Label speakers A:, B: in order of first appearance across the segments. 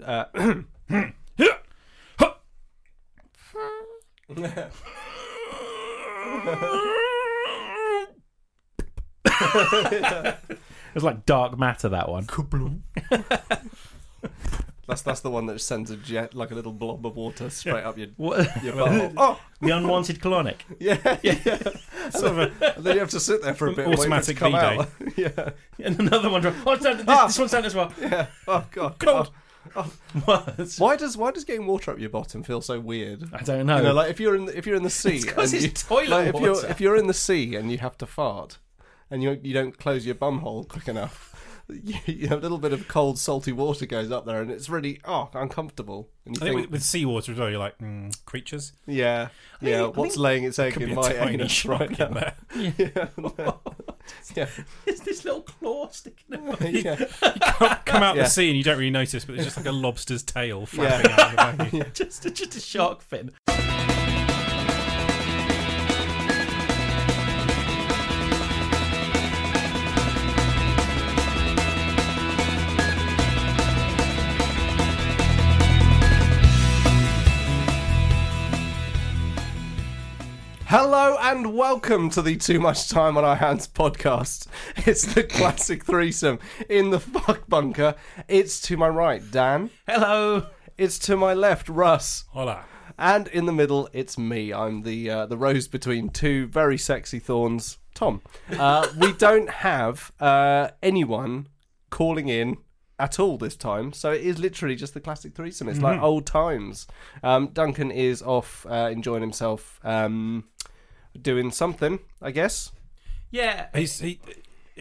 A: Uh, it's like dark matter that one.
B: That's that's the one that sends a jet like a little blob of water straight up your
A: What?
B: your butthole. Oh
C: The unwanted colonic.
B: yeah, yeah. Sort of a- and then you have to sit there for a
A: An
B: bit and wait for it to
A: automatic
B: come
A: V-Day.
B: out. yeah,
C: And another one. dro- Oh, it's down, this,
B: Ah.
C: this one's down as well.
B: yeah. Oh god.
C: Cold.
B: Oh, oh.
C: What?
B: Why does why does getting water up your bottom feel so weird?
C: I don't know.
B: You know, like if you're in the, if you're in the sea,
C: It's 'cause
B: and
C: it's toilet
B: like, if
C: water.
B: you're if you're in the sea and you have to fart, and you you don't close your bum hole quick enough, you, you know, a little bit of cold salty water goes up there, and it's really oh uncomfortable. And you
D: I think
B: think,
D: with, with seawater as well, you're like, mm, creatures.
B: yeah, yeah,
C: think- I
B: what's laying its egg
D: Could be
B: in
D: a
B: my
D: tiny
B: anus
D: shark
B: right
D: in
B: now?
D: there.
B: yeah, no. yeah,
C: It's this little claw sticking out.
B: yeah,
D: Come out
B: Yeah.
D: the sea and you don't really notice, but it's just like a lobster's tail
B: Yeah.
D: flapping out of the back of you.
C: just, just a shark fin.
B: Hello and welcome to the Too Much Time on Our Hands podcast. It's the classic threesome in the fuck bunker. It's to my right, Dan.
C: Hello.
B: It's to my left, Russ,
D: Hola.
B: and in the middle, it's me. I'm the uh, the rose between two very sexy thorns, Tom. Uh, we don't have uh, anyone calling in at all this time, so it is literally just the classic threesome. It's like old times. Um, Duncan is off uh, enjoying himself, um, doing something, I guess.
C: Yeah.
D: He's he,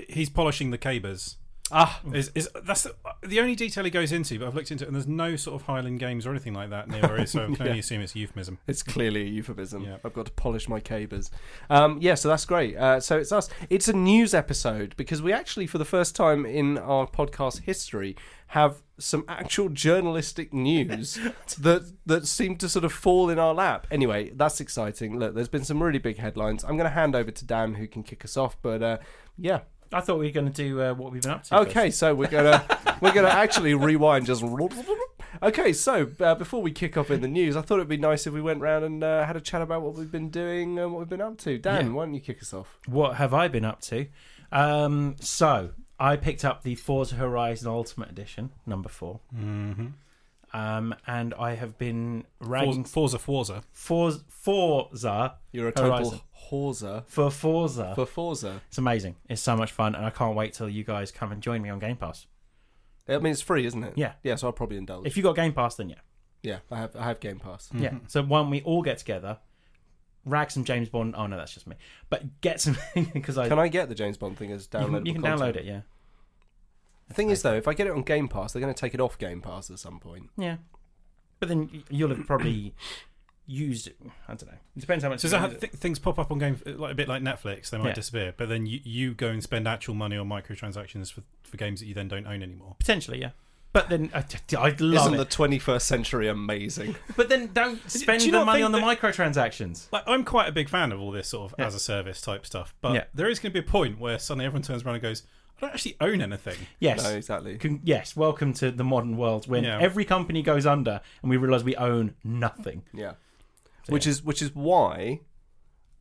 D: he's polishing the cabers.
B: Ah,
D: Is, is that's the, the only detail he goes into? But I've looked into it, and there's no sort of Highland Games or anything like that near where he is, so I can only assume it's a euphemism.
B: It's clearly a euphemism.
D: Yeah.
B: I've got to polish my cabers. Um, yeah, so that's great. Uh, so it's us. It's a news episode because we actually, for the first time in our podcast history, have some actual journalistic news that that seemed to sort of fall in our lap. Anyway, that's exciting. Look, there's been some really big headlines. I'm going to hand over to Dan who can kick us off. But uh, yeah,
C: I thought we were going to do uh, what we've been up to.
B: Okay, so we're gonna we're gonna actually rewind just. Okay, so uh, before we kick off in the news, I thought it'd be nice if we went round and uh, had a chat about what we've been doing and what we've been up to. Dan, why don't you kick us off?
C: what have I been up to? Um, so I picked up the Forza Horizon Ultimate Edition, number 4 Mm-hmm. Um, and I have been ragging
D: Forza, Forza, Forza.
C: Forza, Forza
B: You're a total
C: Horizon.
B: horser
C: for Forza.
B: for Forza.
C: it's amazing. It's so much fun, and I can't wait till you guys come and join me on Game Pass.
B: I mean, it's free, isn't it?
C: Yeah.
B: Yeah, so I'll probably indulge.
C: If Mm. you got Game Pass, then yeah,
B: yeah, I have I have Game Pass.
C: yeah. So why don't we all get together, rag some James Bond? Oh no, that's just me. But get some because I,
B: Can I get the James Bond thing as
C: you
B: downloadable?
C: can, you can download
B: content?
C: it. Yeah,
B: The thing is, though, if I get it on Game Pass, they're going to take it off Game Pass at some point.
C: yeah. But then y- you'll have probably used. I don't know. It depends how much.
D: So is
C: you
D: that how
C: use it.
D: th- things pop up on game like a bit like Netflix? They might
C: Yeah.
D: disappear, but then you, you go and spend actual money on microtransactions for, for games that you then don't own anymore.
C: Potentially, yeah. But then I, I love
B: Isn't
C: it.
B: the 21st century amazing?
C: But then don't spend
D: do you
C: the
D: not
C: money on
D: think
C: the microtransactions.
D: Like I'm quite a big fan of all this sort of as a service type stuff, but
C: Yeah.
D: there is going to be a point where suddenly everyone turns around and goes, "I don't actually own anything."
C: Yes.
B: No, exactly.
C: Con- yes. Welcome to the modern world when
D: Yeah.
C: every company goes under and we realize we own nothing.
B: Yeah. which is which is why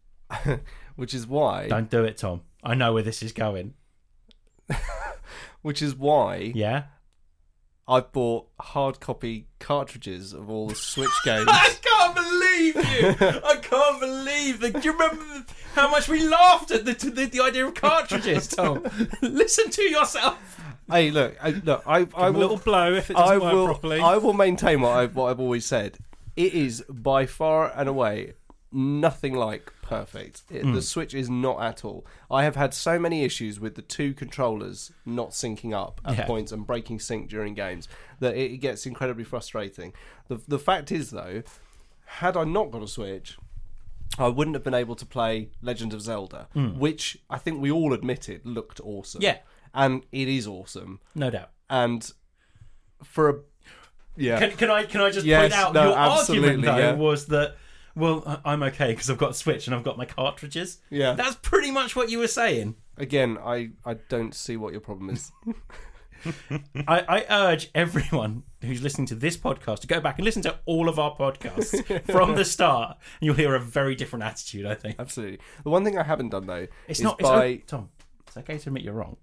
B: which is why
C: Don't do it, Tom. I know where this is going.
B: which is why
C: Yeah.
B: I've bought hard copy cartridges of all the Switch games.
C: can't believe you! I can't believe that. Do you remember how much we laughed at the, the, the idea of cartridges, Tom? Listen to yourself.
B: hey, look, I, look, I, I
D: I'm a little
B: will,
D: blow if it doesn't
B: I
D: work
B: will,
D: properly.
B: I will maintain what I've what I've always said. It is by far and away nothing like perfect. It, The Switch is not at all. I have had so many issues with the two controllers not syncing up at
C: Yeah.
B: points and breaking sync during games that it gets incredibly frustrating. The the fact is though, had I not got a Switch, I wouldn't have been able to play Legend of Zelda,
D: Hmm.
B: which I think we all admitted looked awesome.
C: Yeah.
B: And it is awesome.
C: No doubt.
B: And for a yeah.
C: Can, can I can I just
B: Yes,
C: point out
B: no,
C: your argument
B: absolutely,
C: though
B: yeah.
C: was that well I- I'm okay because I've got a Switch and I've got my cartridges.
B: Yeah.
C: that's pretty much what you were saying.
B: Again, I I don't see what your problem is.
C: I, I urge everyone who's listening to this podcast to go back and listen to all of our podcasts from the start, and you'll hear a very different attitude. I think
B: Absolutely. The one thing I haven't done though
C: it's
B: is
C: not. It's
B: by
C: o- Tom, it's okay to admit you're wrong.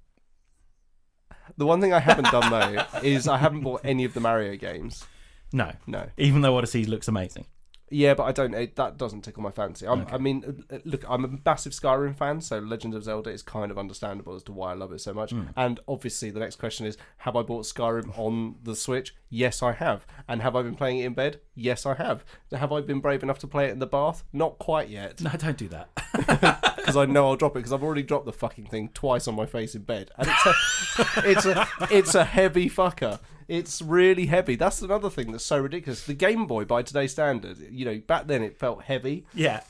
B: the one thing I haven't done though is I haven't bought any of the Mario games.
C: No,
B: No.
C: even though Odyssey looks amazing.
B: Yeah, but I don't. It, that doesn't tickle my fancy. I'm, I mean, uh, look, I'm a massive Skyrim fan, so Legend of Zelda is kind of understandable as to why I love it so much.
C: Hmm.
B: And obviously, the next question is: Have I bought Skyrim on the Switch? Yes, I have. And have I been playing it in bed? Yes, I have. Have I been brave enough to play it in the bath? Not quite yet,
C: No, don't do that.
B: because I know I'll drop it. Because I've already dropped the fucking thing twice on my face in bed, and it's a, it's a, it's a heavy fucker. It's really heavy. That's another thing that's so ridiculous. The Game Boy, by today's standard, you know, back then it felt heavy.
C: yeah,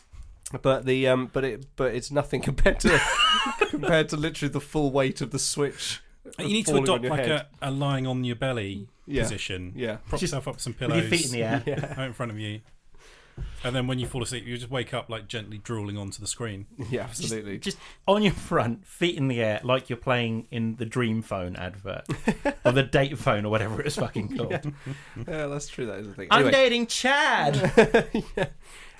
B: But the um, but it but it's nothing compared to compared to literally the full weight of the switch.
D: You need to
B: falling on
D: adopt
B: your
D: like
B: head.
D: a, a lying on your belly
B: Yeah.
D: position.
B: yeah.
D: Prop
C: Just
D: yourself up with some
C: with
D: pillows.
C: your feet in the air.
D: out in front of you. And then when you fall asleep, you just wake up like gently drooling onto the screen.
B: Yeah, absolutely.
C: Just on your front, feet in the air, like you're playing in the Dream Phone advert or the Date Phone or whatever it's fucking called.
B: yeah, that's true. That is the thing.
C: I'm
B: Anyway,
C: dating Chad.
B: yeah.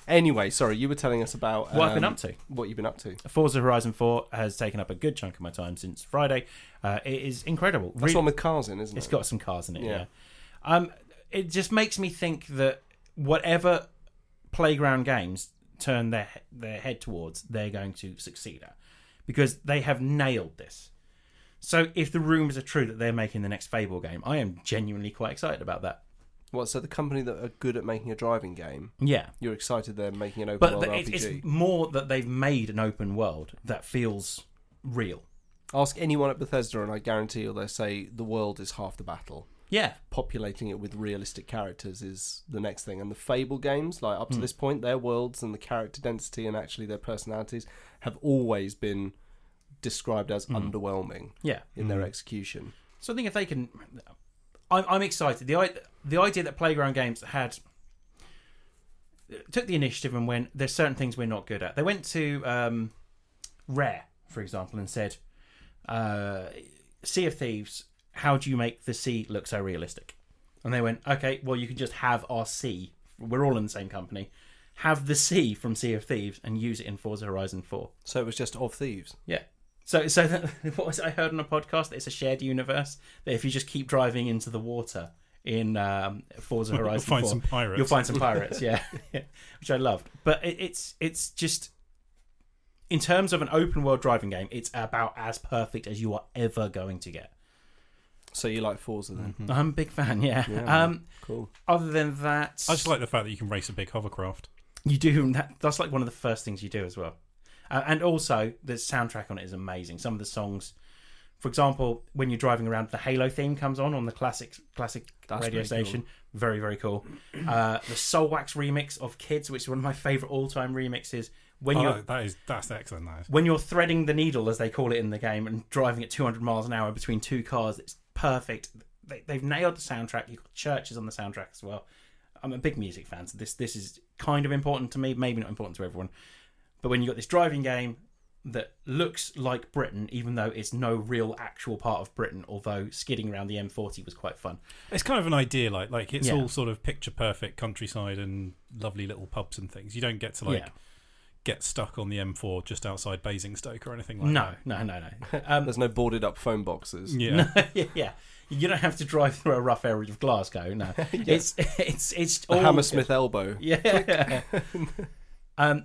B: anyway, sorry, you were telling us about
C: What I've been
B: um,
C: up to.
B: What you've been up to?
C: Forza Horizon 4 has taken up a good chunk of my time since Friday. Uh, it is incredible.
B: That's
C: Really-
B: the one with cars in, isn't
C: it's
B: it?
C: got some cars in it, yeah.
B: Yeah.
C: Um, it just makes me think that whatever playground games turn their their head towards, they're going to succeed at because they have nailed this. So if the rumors are true that they're making the next Fable game, I am genuinely quite excited about that.
B: What? So the company that are good at making a driving game,
C: Yeah.
B: you're excited they're making an open
C: But
B: world
C: the- it's,
B: RPG.
C: it's more that they've made an open world that feels real.
B: Ask anyone at Bethesda, and I guarantee you'll they say the world is half the battle.
C: Yeah.
B: populating it with realistic characters is the next thing. And the Fable games, like
C: Hmm.
B: up to this point, their worlds and the character density and actually their personalities have always been described
C: Hmm.
B: as underwhelming
C: Yeah.
B: in their execution.
C: So I think if they can, I'm, I'm excited. The i- the idea that Playground Games had took the initiative and went, there's certain things we're not good at. They went to um, Rare, for example, and said, uh, Sea of Thieves, how do you make the sea look so realistic? And they went, okay, well you can just have our sea. We're all in the same company. Have the sea from Sea of Thieves and use it in Forza Horizon Four.
B: So it was just of thieves.
C: Yeah. So, so that, what was it I heard on a podcast? That it's a shared universe. That if you just keep driving into the water in um, Forza Horizon,
D: find
C: 4,
D: some pirates.
C: You'll find some pirates. Yeah, Yeah. which I loved. But it, it's it's just in terms of an open world driving game, it's about as perfect as you are ever going to get.
B: So you like Forza then?
D: Mm.
C: I'm a big fan. Yeah.
B: Yeah.
C: Mm-hmm. Um,
B: Cool.
C: other than that,
D: I just like the fact that you can race a big hovercraft.
C: you do that, that's like one of the first things you do as well uh, and also the soundtrack on it is amazing some of the songs for example when you're driving around the halo theme comes on on the classic classic
B: That's
C: radio
B: pretty cool.
C: station very very cool uh, the soul wax remix of kids which is one of my favorite all-time remixes when
D: Oh,
C: you're
D: that- that is that's excellent. That is.
C: when you're threading the needle as they call it in the game and driving at 200 miles an hour between two cars it's perfect they, they've nailed the soundtrack you've got churches on the soundtrack as well i'm a big music fan so this this is kind of important to me maybe not important to everyone but when you've got this driving game that looks like britain even though it's no real actual part of britain although skidding around the m40 was quite fun
D: It's kind of an idea, like like it's
C: Yeah.
D: all sort of picture perfect countryside and lovely little pubs and things. You don't get to like
C: Yeah.
D: get stuck on the M4 just outside Basingstoke or anything like
C: no
D: that.
C: no no no um,
B: There's no boarded up phone boxes.
D: Yeah,
C: yeah, yeah you don't have to drive through a rough area of glasgow no it's it's it's
B: The
C: all
B: Hammersmith elbow.
C: Yeah. um,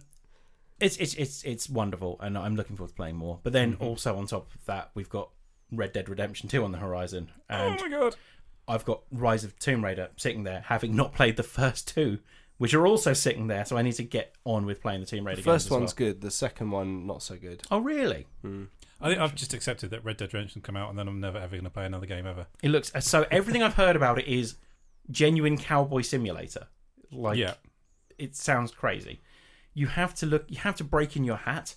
C: it's it's it's it's wonderful, and I'm looking forward to playing more. But then
B: Mm-hmm.
C: also on top of that, we've got Red Dead Redemption Two on the horizon, and
D: oh my god,
C: I've got Rise of Tomb Raider sitting there, having not played the first two, which are also sitting there. So I need to get on with playing the Tomb Raider.
B: The first
C: games as
B: one's
C: well.
B: good, the second one not so good.
C: Oh really?
D: I think I've just accepted that Red Dead Redemption come out, and then I'm never ever going to play another game ever.
C: It looks so. Everything I've heard about it is genuine cowboy simulator. Like
D: yeah,
C: it sounds crazy. You have to look. You have to break in your hat,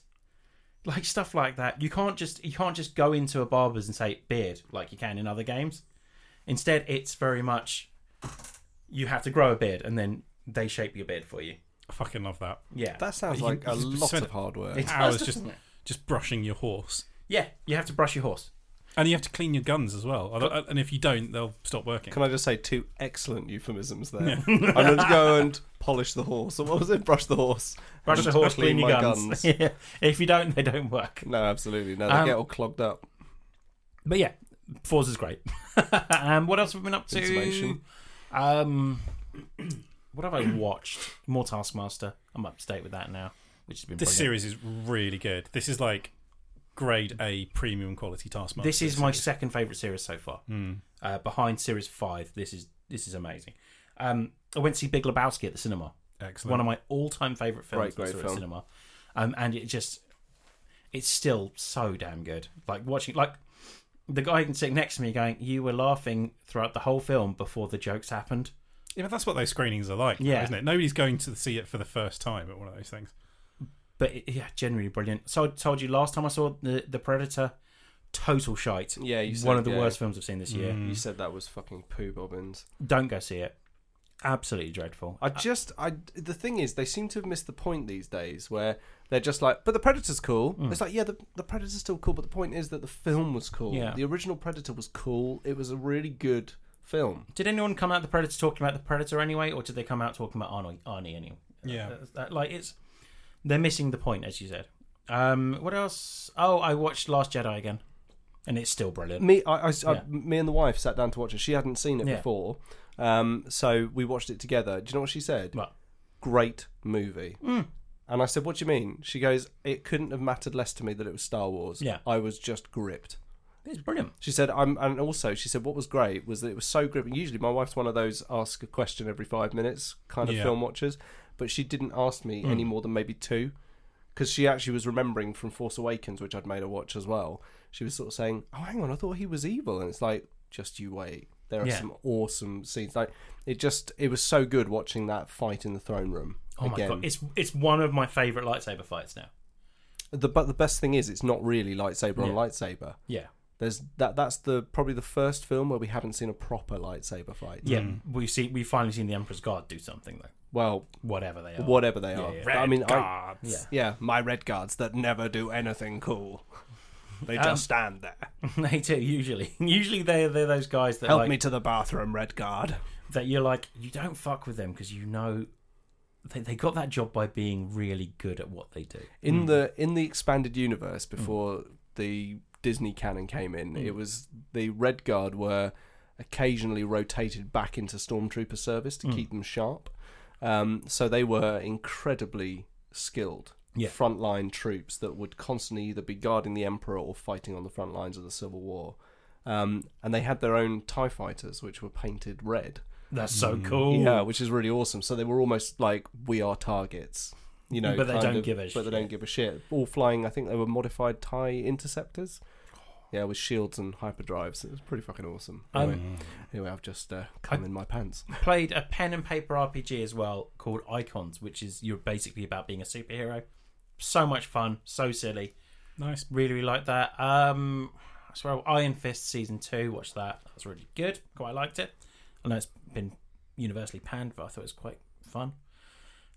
C: like stuff like that. You can't just you can't just go into a barber's and say beard like you can in other games. Instead, it's very much you have to grow a beard and then they shape your beard for you.
D: I fucking love that.
C: Yeah,
B: That sounds
D: You-
B: like a
D: you
B: lot
D: spent-
B: of hard work.
C: It does,
D: Hours just
C: doesn't it?
D: just brushing your horse.
C: yeah. You have to brush your horse.
D: And you have to clean your guns as well. Other- And if you don't, they'll stop working.
B: Can I just say two excellent euphemisms there? I'm going to go and polish the horse. Or what was it? Brush the horse.
C: Brush the
B: And
C: horse,
B: clean
C: clean your
B: my
C: guns.
B: guns.
C: yeah. If you don't, they don't work.
B: No, absolutely. No, they
C: Um,
B: get all clogged up.
C: But yeah, Forza's great. um, what else have we been up to?
B: Insulation.
C: Um, what have I watched? More Taskmaster. I'm up to date with that now, which has been
D: This
C: brilliant.
D: series is really good. This is like grade A premium quality Taskmaster.
C: This is my second favorite series so far, uh, behind series five. This is this is amazing. Um, I went to see Big Lebowski at the cinema.
D: excellent.
C: One of my all-time favorite films
B: Great, great
C: I saw at
B: film.
C: cinema, um, and it just it's still so damn good. Like watching like. The guy sitting next to me going, "You were laughing throughout the whole film before the jokes happened."
D: yeah, but that's what those screenings are like,
C: Yeah.
D: isn't it? Nobody's going to see it for the first time at one of those things.
C: but it, yeah, generally brilliant. So I told you last time I saw the the Predator, total shite.
B: Yeah, you said,
C: one of the
B: yeah.
C: worst films I've seen this year.
B: You said that was fucking poo bobbins. Uh,
C: Don't go see it. Absolutely dreadful.
B: I just, I the thing is, they seem to have missed the point these days where they're just like, but the Predator's cool. It's like, yeah, the, the Predator's still cool, but the point is that the film was cool.
C: Yeah.
B: The original Predator was cool. It was a really good film.
C: Did anyone come out the Predator talking about the Predator anyway, or did they come out talking about Arnie? Arnie anyway.
D: Yeah.
C: Uh, that- like it's they're missing the point, as you said. Um, what else? Oh, I watched Last Jedi again, and it's still brilliant.
B: Me, I, I- I-
C: Yeah.
B: me and the wife sat down to watch it. She hadn't seen it
C: Yeah.
B: before, um, so we watched it together. Do you know what she said?
C: What? Mm.
B: Great movie. And I said, "What do you mean?" She goes, "It couldn't have mattered less to me that it was Star Wars.
C: Yeah.
B: I was just gripped."
C: It's brilliant.
B: She said, "I'm," and also she said, "What was great was that it was so gripping." Usually, my wife's one of those ask a question every five minutes kind of
D: Yeah.
B: film watchers, but she didn't ask me
C: Hmm.
B: any more than maybe two, because she actually was remembering from Force Awakens, which I'd made her watch as well. She was sort of saying, "Oh, hang on, I thought he was evil," and it's like, "Just you wait." There are
C: Yeah.
B: some awesome scenes. Like it just, it was so good watching that fight in the throne room.
C: Oh my
B: again.
C: god, it's it's one of my favorite lightsaber fights now.
B: the but the best thing is, it's not really lightsaber on
C: Yeah.
B: lightsaber.
C: Yeah.
B: There's that. That's the probably the first film where we haven't seen a proper lightsaber fight.
C: Yeah, we see we finally seen the Emperor's Guard do something though.
B: Well,
C: Whatever they are.
B: whatever they are.
C: Oh, yeah.
B: But I mean, I,
D: Guards.
C: Yeah.
B: yeah, my red guards that never do anything cool.
C: Um,
B: They just stand there.
C: They do usually. Usually they're they're those guys that
B: Help
C: like
B: me to the bathroom, red guard.
C: that you're like you don't fuck with them because you know they they got that job by being really good at what they do.
B: In the in the expanded universe before the Disney canon came in, it was the red guard were occasionally rotated back into stormtrooper service to keep them sharp. Um, so they were incredibly skilled
C: Yeah.
B: frontline troops that would constantly either be guarding the emperor or fighting on the front lines of the civil war. Um, and they had their own TIE fighters, which were painted red.
C: That's so cool.
B: Hmm. Yeah, which is really awesome. So they were almost like we are targets, you know.
C: But they
B: kind
C: don't
B: of-
C: give a
B: But they don't give a shit. All flying. I think they were modified tie interceptors. Yeah, with shields and hyperdrives. It was pretty fucking awesome.
C: Um,
B: Anyway, anyway I've just uh, come in my pants.
C: Played a pen and paper RPG as well called Icons, which is you're basically about being a superhero. So much fun, so silly.
D: Nice.
C: Really, really like that. Um, I swear, Iron Fist season two. Watched that. That was really good. Quite liked it. I know it's been universally panned, but I thought it was quite fun.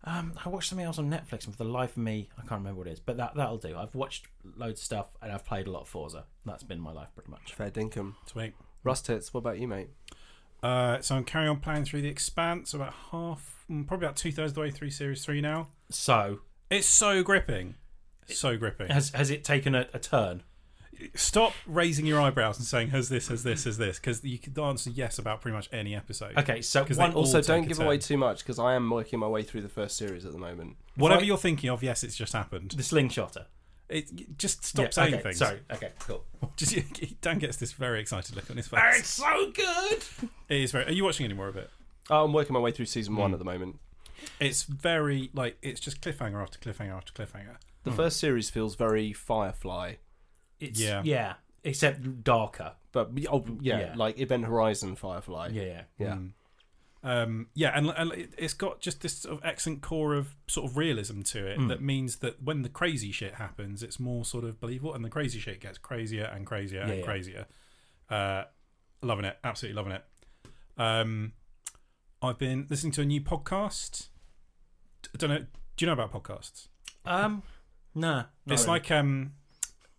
C: Um, I watched something else on Netflix, and for the life of me, I can't remember what it is. But that that'll do. I've watched loads of stuff, and I've played a lot of Forza. That's been my life pretty much.
B: Fair dinkum.
D: Sweet.
B: Rust hits. What about you, mate?
D: Uh, so I'm carrying on playing through the Expanse. About half, mm, probably about two thirds of the way through Series Three now.
C: So
D: It's so gripping. So gripping.
C: has has it taken a, a turn?
D: Stop raising your eyebrows and saying, "Has this? Has this? Has this?" Because you could answer yes about pretty much any episode.
C: Okay, so
D: 'Cause
C: one,
D: they all
B: Also,
D: take
B: don't
D: a
B: give
D: turn.
B: away too much because I am working my way through the first series at the moment.
D: Whatever
C: Right.
D: you're thinking of, yes, it's just happened.
C: the slingshotter.
D: It just stop
C: Yeah,
D: saying
C: okay,
D: things.
C: Sorry. Okay. Cool.
D: Just, Dan gets this very excited look on his
C: it's
D: face.
C: so good.
D: It is very. Are you watching any more of it?
B: Oh, I'm working my way through season
C: Hmm.
B: one at the moment.
D: It's very like it's just cliffhanger after cliffhanger after cliffhanger.
C: Hmm.
B: The first series feels very Firefly.
C: It's,
D: Yeah.
C: Yeah. Except darker.
B: But oh, yeah,
C: Yeah.
B: like Event Horizon Firefly.
C: Yeah. Yeah.
B: Yeah.
D: um, yeah, and, and it- it's got just this sort of excellent core of sort of realism to
C: Hmm.
D: it that means that when the crazy shit happens, it's more sort of believable, and the crazy shit gets crazier and crazier
C: Yeah,
D: and
C: yeah.
D: crazier. Uh, loving it, absolutely loving it. Um, I've been listening to a new podcast. I don't know. Do you know about podcasts?
C: Um, no.
D: it's like um,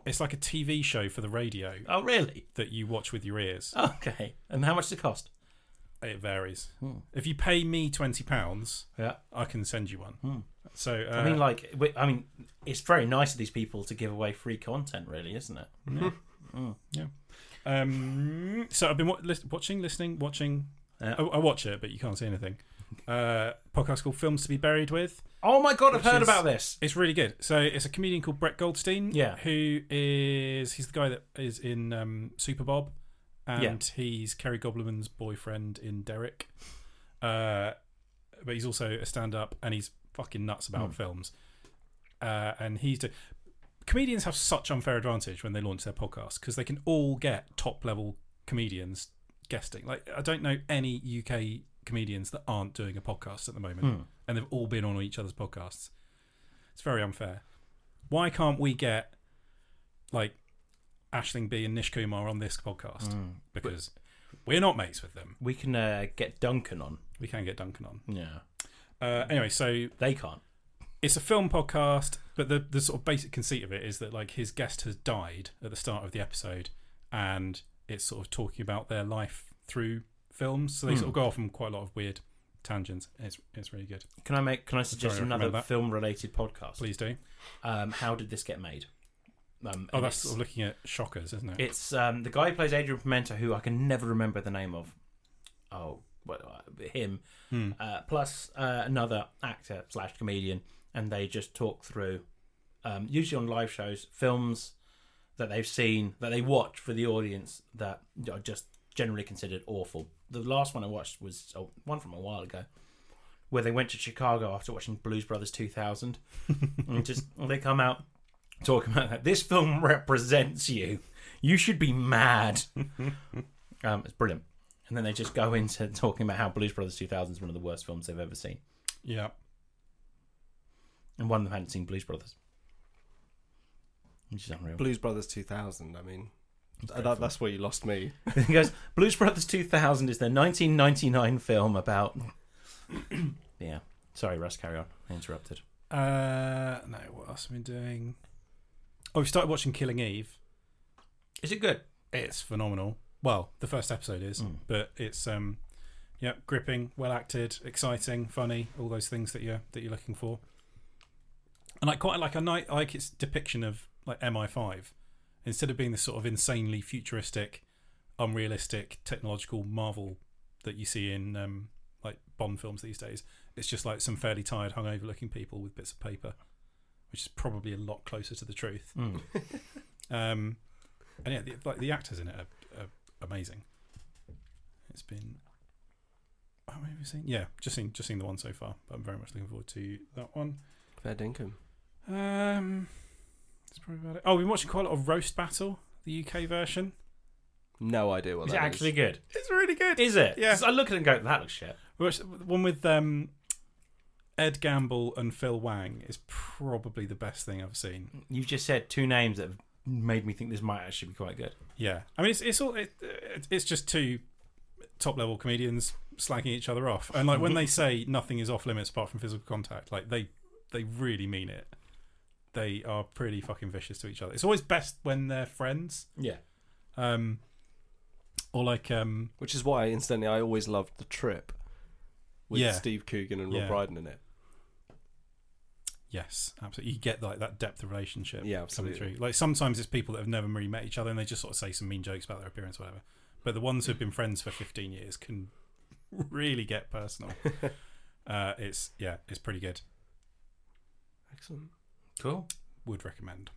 D: It's like a TV show for the radio
C: Oh, really?
D: that you watch with your ears.
C: Okay. And how much does it cost?
D: It varies. If you pay me twenty pounds,
C: Hmm. Yeah. Hmm.
D: I can send you one. So uh,
C: I mean, like, we- I mean, it's very nice of these people to give away free content, really, isn't it?
D: Um, so I've been wa- lis- watching, listening, watching. Oh,
C: Yeah.
D: I, I watch it, but you can't see anything. Uh, podcast called "Films to Be Buried With."
C: Oh my god, I've
D: Which
C: heard
D: is-
C: about this.
D: It's really good. So it's a comedian called Brett Goldstein.
C: Yeah.
D: who is he's the guy that is in um, Super Bob, and he's Kerry Goblin's boyfriend in Derek. Uh, but he's also a stand-up, and he's fucking nuts about films. Uh, and he's do- comedians have such unfair advantage when they launch their podcast because they can all get top-level comedians guesting. Like I don't know any UK comedians that aren't doing a podcast at the moment, and they've all been on each other's podcasts. It's very unfair. Why can't we get like Ashling B and Nish Kumar on this podcast? Because we're not mates with them.
C: We can uh, get Duncan on.
D: We can get Duncan on.
C: Yeah.
D: Uh, anyway, so
C: They can't.
D: it's a film podcast, but the the sort of basic conceit of it is that like his guest has died at the start of the episode, and it's sort of talking about their life through films. So they sort of go off on quite a lot of weird tangents. It's it's really good.
C: Can I make? Can I suggest
D: Sorry, I remember
C: another
D: that.
C: film-related podcast?
D: Please do.
C: Um, how did this get made? Um,
D: Oh,
C: and
D: that's
C: it's,
D: sort of looking at shockers, isn't it?
C: it's um, the guy who plays Adrian Pimenta, who I can never remember the name of. Oh, well, uh, him. Uh, plus uh, another actor slash comedian, and they just talk through, um, usually on live shows, films that they've seen that they watch for the audience that are just generally considered awful. The last one I watched was oh, one from a while ago, where they went to Chicago after watching Blues Brothers 2000, and just they come out talking about that. This film represents you. You should be mad. um, it's brilliant. And then they just go into talking about how Blues Brothers 2000 is one of the worst films they've ever seen.
D: yeah.
C: And one of them hadn't seen Blues Brothers. Which is unreal.
B: Blues Brothers 2000. I mean, that, that's where you lost me.
C: he goes, Blues Brothers 2000 is their 1999 film about. yeah. Sorry, Russ, carry on. I interrupted.
D: Uh, no, what else have we been doing? Oh, we started watching Killing Eve.
C: Is it good?
D: It's phenomenal. Well, the first episode is, but it's um, yeah, gripping, well acted, exciting, funny, all those things that you're that you're looking for. And I quite like a night like its depiction of like MI5, instead of being this sort of insanely futuristic, unrealistic technological marvel that you see in um, like Bond films these days. It's just like some fairly tired, hungover looking people with bits of paper, which is probably a lot closer to the truth.
C: Hmm.
D: um, and yeah, the, like the actors in it are, are amazing. It's been. How many have we seen? Yeah, just seen just seen the one so far. But I'm very much looking forward to that one.
B: Fair dinkum.
D: Um, that's probably about it. Oh, we've been watching quite a lot of Roast Battle, the UK version.
B: No idea what
C: Is
B: that
C: it
B: is.
C: actually good?
D: It's really good.
C: Is it?
D: Yeah.
C: 'Cause I look at it and go, that looks shit.
D: We watched the one with um, Ed Gamble and Phil Wang is probably the best thing I've seen.
C: You've just said two names that have made me think this might actually be quite good.
D: Yeah, I mean it's it's all it, it, it's just two top level comedians slagging each other off, and like when they say nothing is off limits apart from physical contact, like they they really mean it. They are pretty fucking vicious to each other. It's always best when they're friends,
C: Yeah.
D: um, or like um,
B: Which is why, incidentally, I always loved The Trip with
D: Yeah.
B: Steve Coogan and
D: Yeah.
B: Rob Brydon in it.
D: Yes, absolutely. You get like that depth of relationship.
B: Yeah,
D: Coming
B: absolutely.
D: through. Like sometimes it's people that have never really met each other and they just sort of say some mean jokes about their appearance, or whatever. But the ones who've been friends for fifteen years can really get personal. uh, it's yeah, it's pretty good.
B: Excellent.
C: Cool.
D: Would recommend.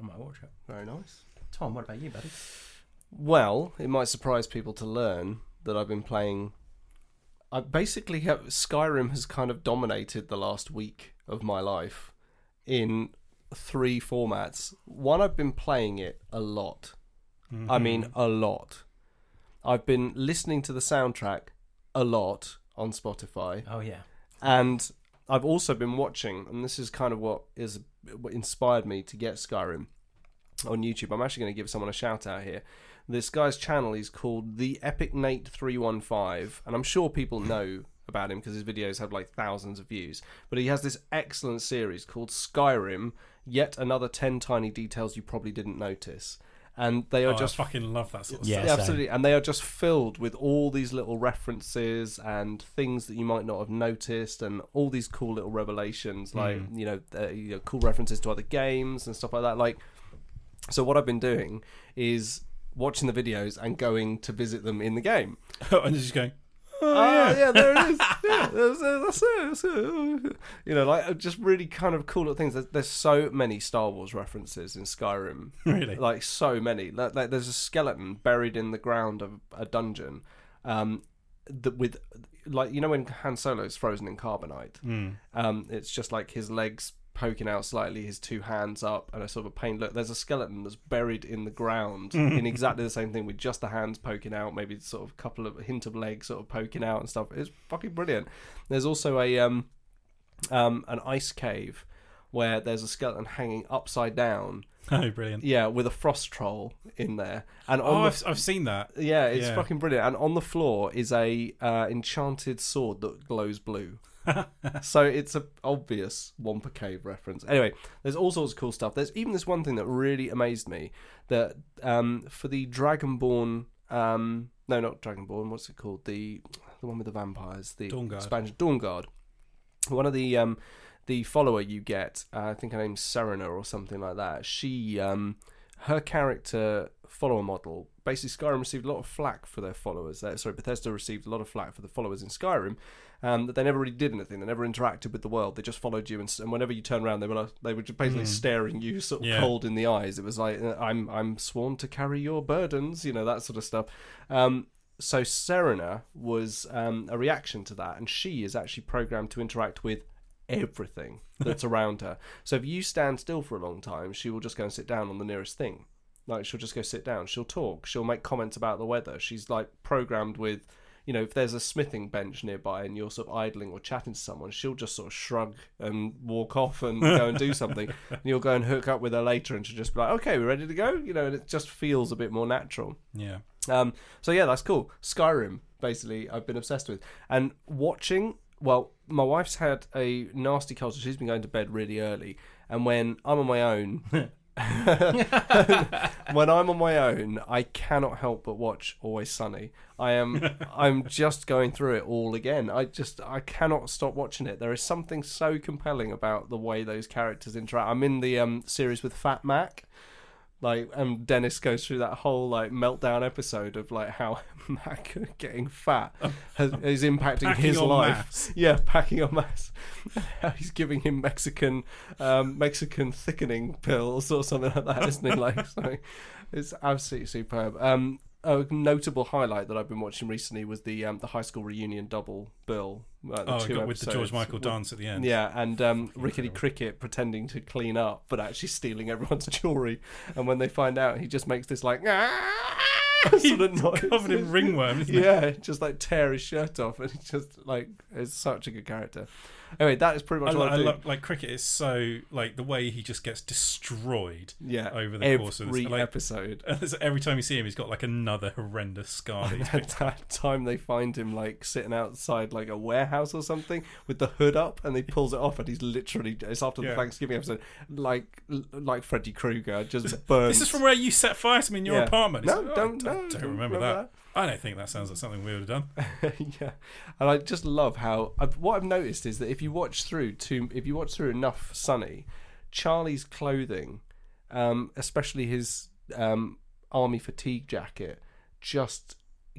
C: I might watch it.
B: Very nice.
C: Tom, what about you, buddy?
B: Well, it might surprise people to learn that I've been playing. I basically have Skyrim has kind of dominated the last week of my life in three formats. One, I've been playing it a lot. I mean, a lot. I've been listening to the soundtrack a lot on Spotify.
C: Oh, yeah.
B: and I've also been watching, and this is kind of what is what inspired me to get Skyrim on YouTube. I'm actually going to give someone a shout out here. This guy's channel is called the Epic Nate three one five, and I'm sure people know about him because his videos have like thousands of views. But he has this excellent series called Skyrim yet another 10 tiny details you probably didn't notice. And they are
D: Oh,
B: just
D: I fucking love that sort of
A: Yeah.
D: stuff.
A: same.
B: absolutely. And they are just filled with all these little references and things that you might not have noticed, and all these cool little revelations, like you know, uh, you know, cool references to other games and stuff like that. Like, so what I've been doing is watching the videos and going to visit them in the game.
D: and just going,
B: Oh, yeah. there it is. Yeah, that's, that's it. That's it. You know, like just really kind of cool little things. There's, there's so many Star Wars references in Skyrim
D: really?
B: like so many. Like, like there's a skeleton buried in the ground of a dungeon, um, that with like you know when Han Solo's frozen in carbonite, um, it's just like his legs poking out slightly, his two hands up, and a sort of a pain. Look, there's a skeleton that's buried in the ground in exactly the same thing with just the hands poking out, maybe sort of a couple of hint of legs sort of poking out and stuff. It's fucking brilliant. There's also a um, um, an ice cave. Where there's a skeleton hanging upside down,
D: oh, brilliant.
B: yeah, with a frost troll in there, and
D: Oh,
B: on the,
D: I've, I've seen that.
B: yeah, it's
D: yeah.
B: fucking brilliant. And on the floor is a uh, enchanted sword that glows blue. so it's a obvious Wampa Cave reference. Anyway, there's all sorts of cool stuff. There's even this one thing that really amazed me that um, for the Dragonborn, um, no, not Dragonborn. What's it called? The the one with the vampires, the
D: Dawnguard.
B: expansion Dawnguard. One of the um, the follower you get, uh, I think her name's Serena or something like that. She, um, her character follower model, basically Skyrim received a lot of flack for their followers. Uh, sorry, Bethesda received a lot of flack for the followers in Skyrim um, that they never really did anything. They never interacted with the world. They just followed you, and, s- and whenever you turn around, they were like, they were just basically staring you sort of
D: Yeah.
B: cold in the eyes. It was like uh, I'm I'm sworn to carry your burdens, you know that sort of stuff. Um, so Serena was um, a reaction to that, and she is actually programmed to interact with everything that's around her. So if you stand still for a long time, she will just go and sit down on the nearest thing. Like she'll just go sit down. She'll talk. She'll make comments about the weather. She's like programmed with, you know, if there's a smithing bench nearby and you're sort of idling or chatting to someone, she'll just sort of shrug and walk off and go and do something. and you'll go and hook up with her later, and she'll just be like, "Okay, we're ready to go," you know, and it just feels a bit more natural.
D: Yeah.
B: Um, so yeah, that's cool. Skyrim, basically, I've been obsessed with and watching. Well, my wife's had a nasty cold, so she's been going to bed really early. And when I'm on my own, when I'm on my own, I cannot help but watch Always Sunny. I am, I'm just going through it all again. I just, I cannot stop watching it. There is something so compelling about the way those characters interact. I'm in the um, series with Fat Mac like and Dennis goes through that whole like meltdown episode of like how Mac getting fat has, is impacting
D: Packing
B: his
D: on
B: life.
D: mass.
B: Yeah, packing on mass. how he's giving him Mexican um, Mexican thickening pills or something like that, isn't he? Like so it's absolutely superb. Um a notable highlight that I've been watching recently was the um, the high school reunion double bill. Like
D: Oh, I
B: two
D: got with the George
B: episodes.
D: Michael dance at the end.
B: Yeah, and um, Rickety Cricket pretending to clean up, but actually stealing everyone's jewelry. And when they find out, he just makes this like sort of noise.
D: Covered in ringworm, isn't it?
B: Yeah, just like tear his shirt off, and it's just like it's such a good character. Anyway, that is pretty
D: I,
B: much
D: lo-
B: what I,
D: I
B: do.
D: love, like, cricket is so, like, the way he just gets destroyed.
B: yeah,
D: over the
B: every
D: course of this, like-
B: episode.
D: And it's- every time you see him, he's got, like, another horrendous scar. that he's
B: At that time, they find him like sitting outside like a warehouse or something with the hood up, and he pulls it off, and he's literally it's after the
D: Yeah.
B: Thanksgiving episode, like like Freddy Krueger just burns.
D: This is from where you set fire to me in your
B: Yeah.
D: apartment. It's
B: No,
D: like, oh,
B: don't-
D: I
B: no,
D: don't
B: don't
D: remember,
B: remember
D: that. I don't think that sounds like something we would have done.
B: yeah, and I just love how I've, what I've noticed is that if you watch through to if you watch through enough Sunny, Charlie's clothing, um, especially his um, army fatigue jacket, just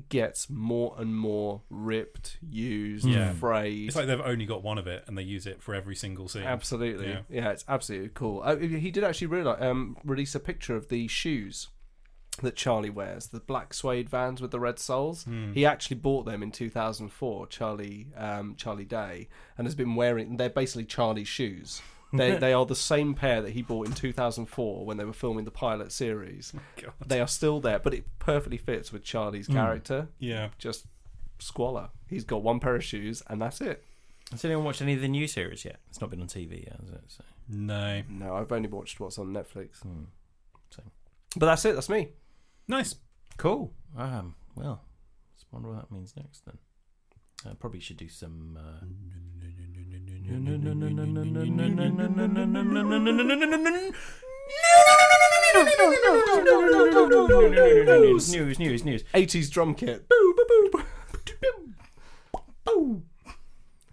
B: gets more and more ripped, used,
D: Yeah.
B: frayed.
D: It's like they've only got one of it, and they use it for every single scene.
B: Absolutely, yeah.
D: Yeah.
B: it's absolutely cool. Uh, he did actually reali um, release a picture of the shoes that Charlie wears, the black suede Vans with the red soles. He actually bought them in 2004, Charlie um, Charlie Day, and has been wearing. They're basically Charlie's shoes. They they are the same pair that he bought in 2004 when they were filming the pilot series.
D: God.
B: They are still there, but it perfectly fits with Charlie's character.
D: Yeah.
B: Just squalor. He's got one pair of shoes, and that's it.
C: Has anyone watched any of the new series yet? It's not been on TV yet, has it? So.
D: No.
B: No, I've only watched what's on Netflix.
C: Hmm. Same.
B: But that's it. That's me.
D: Nice.
C: Cool. Um, well, let's wonder what that means next then. Uh, probably should do some uh, News, news, news, news.
B: 80s drum kit. Who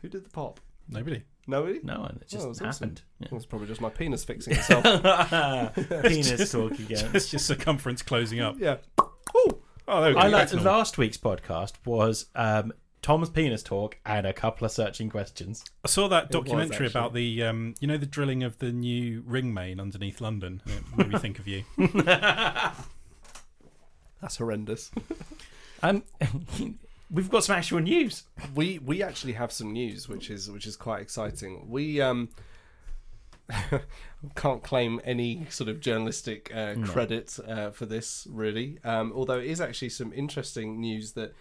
B: did the pop?
D: Nobody.
B: Nobody?
C: No, and it just
B: Oh, that's
C: happened.
B: It was probably just my penis fixing itself.
C: Yeah. Penis talk again.
D: It's just circumference closing up.
B: yeah. Oh,
D: Oh, there we go.
C: I
D: Back
C: like
D: to normal.
C: last week's podcast was um, Tom's penis talk and a couple of searching questions.
D: I saw that
B: It was,
D: documentary
B: actually.
D: about the, um, you know, the drilling of the new ring main underneath London. It made me think of you.
B: that's horrendous.
C: Um, we've got some actual news.
B: we we actually have some news which is which is quite exciting we um can't claim any sort of journalistic uh, credit uh, for this really um, although it is actually some interesting news that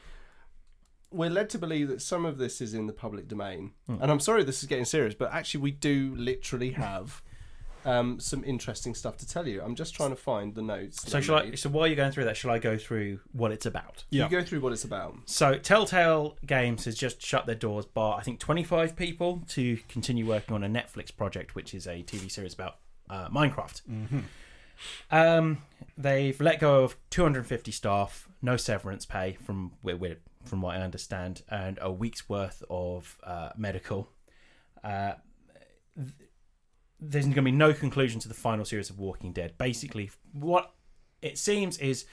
B: we're led to believe that some of this is in the public domain
C: Hmm.
B: and i'm sorry this is getting serious but actually we do literally have um, some interesting stuff to tell you i'm just trying to find the notes that
C: So shall I?
B: made.
C: So while you're going through that, shall I go through what it's about?
D: Yeah.
B: you go through what it's about
C: So Telltale Games has just shut their doors, bar I think 25 people, to continue working on a Netflix project, which is a TV series about uh, Minecraft.
B: Mm-hmm.
C: Um, they've let go of 250 staff, no severance pay from where- where- from what I understand, and a week's worth of uh, medical. Uh, th- there's going to be no conclusion to the final series of Walking Dead. Basically, what it seems is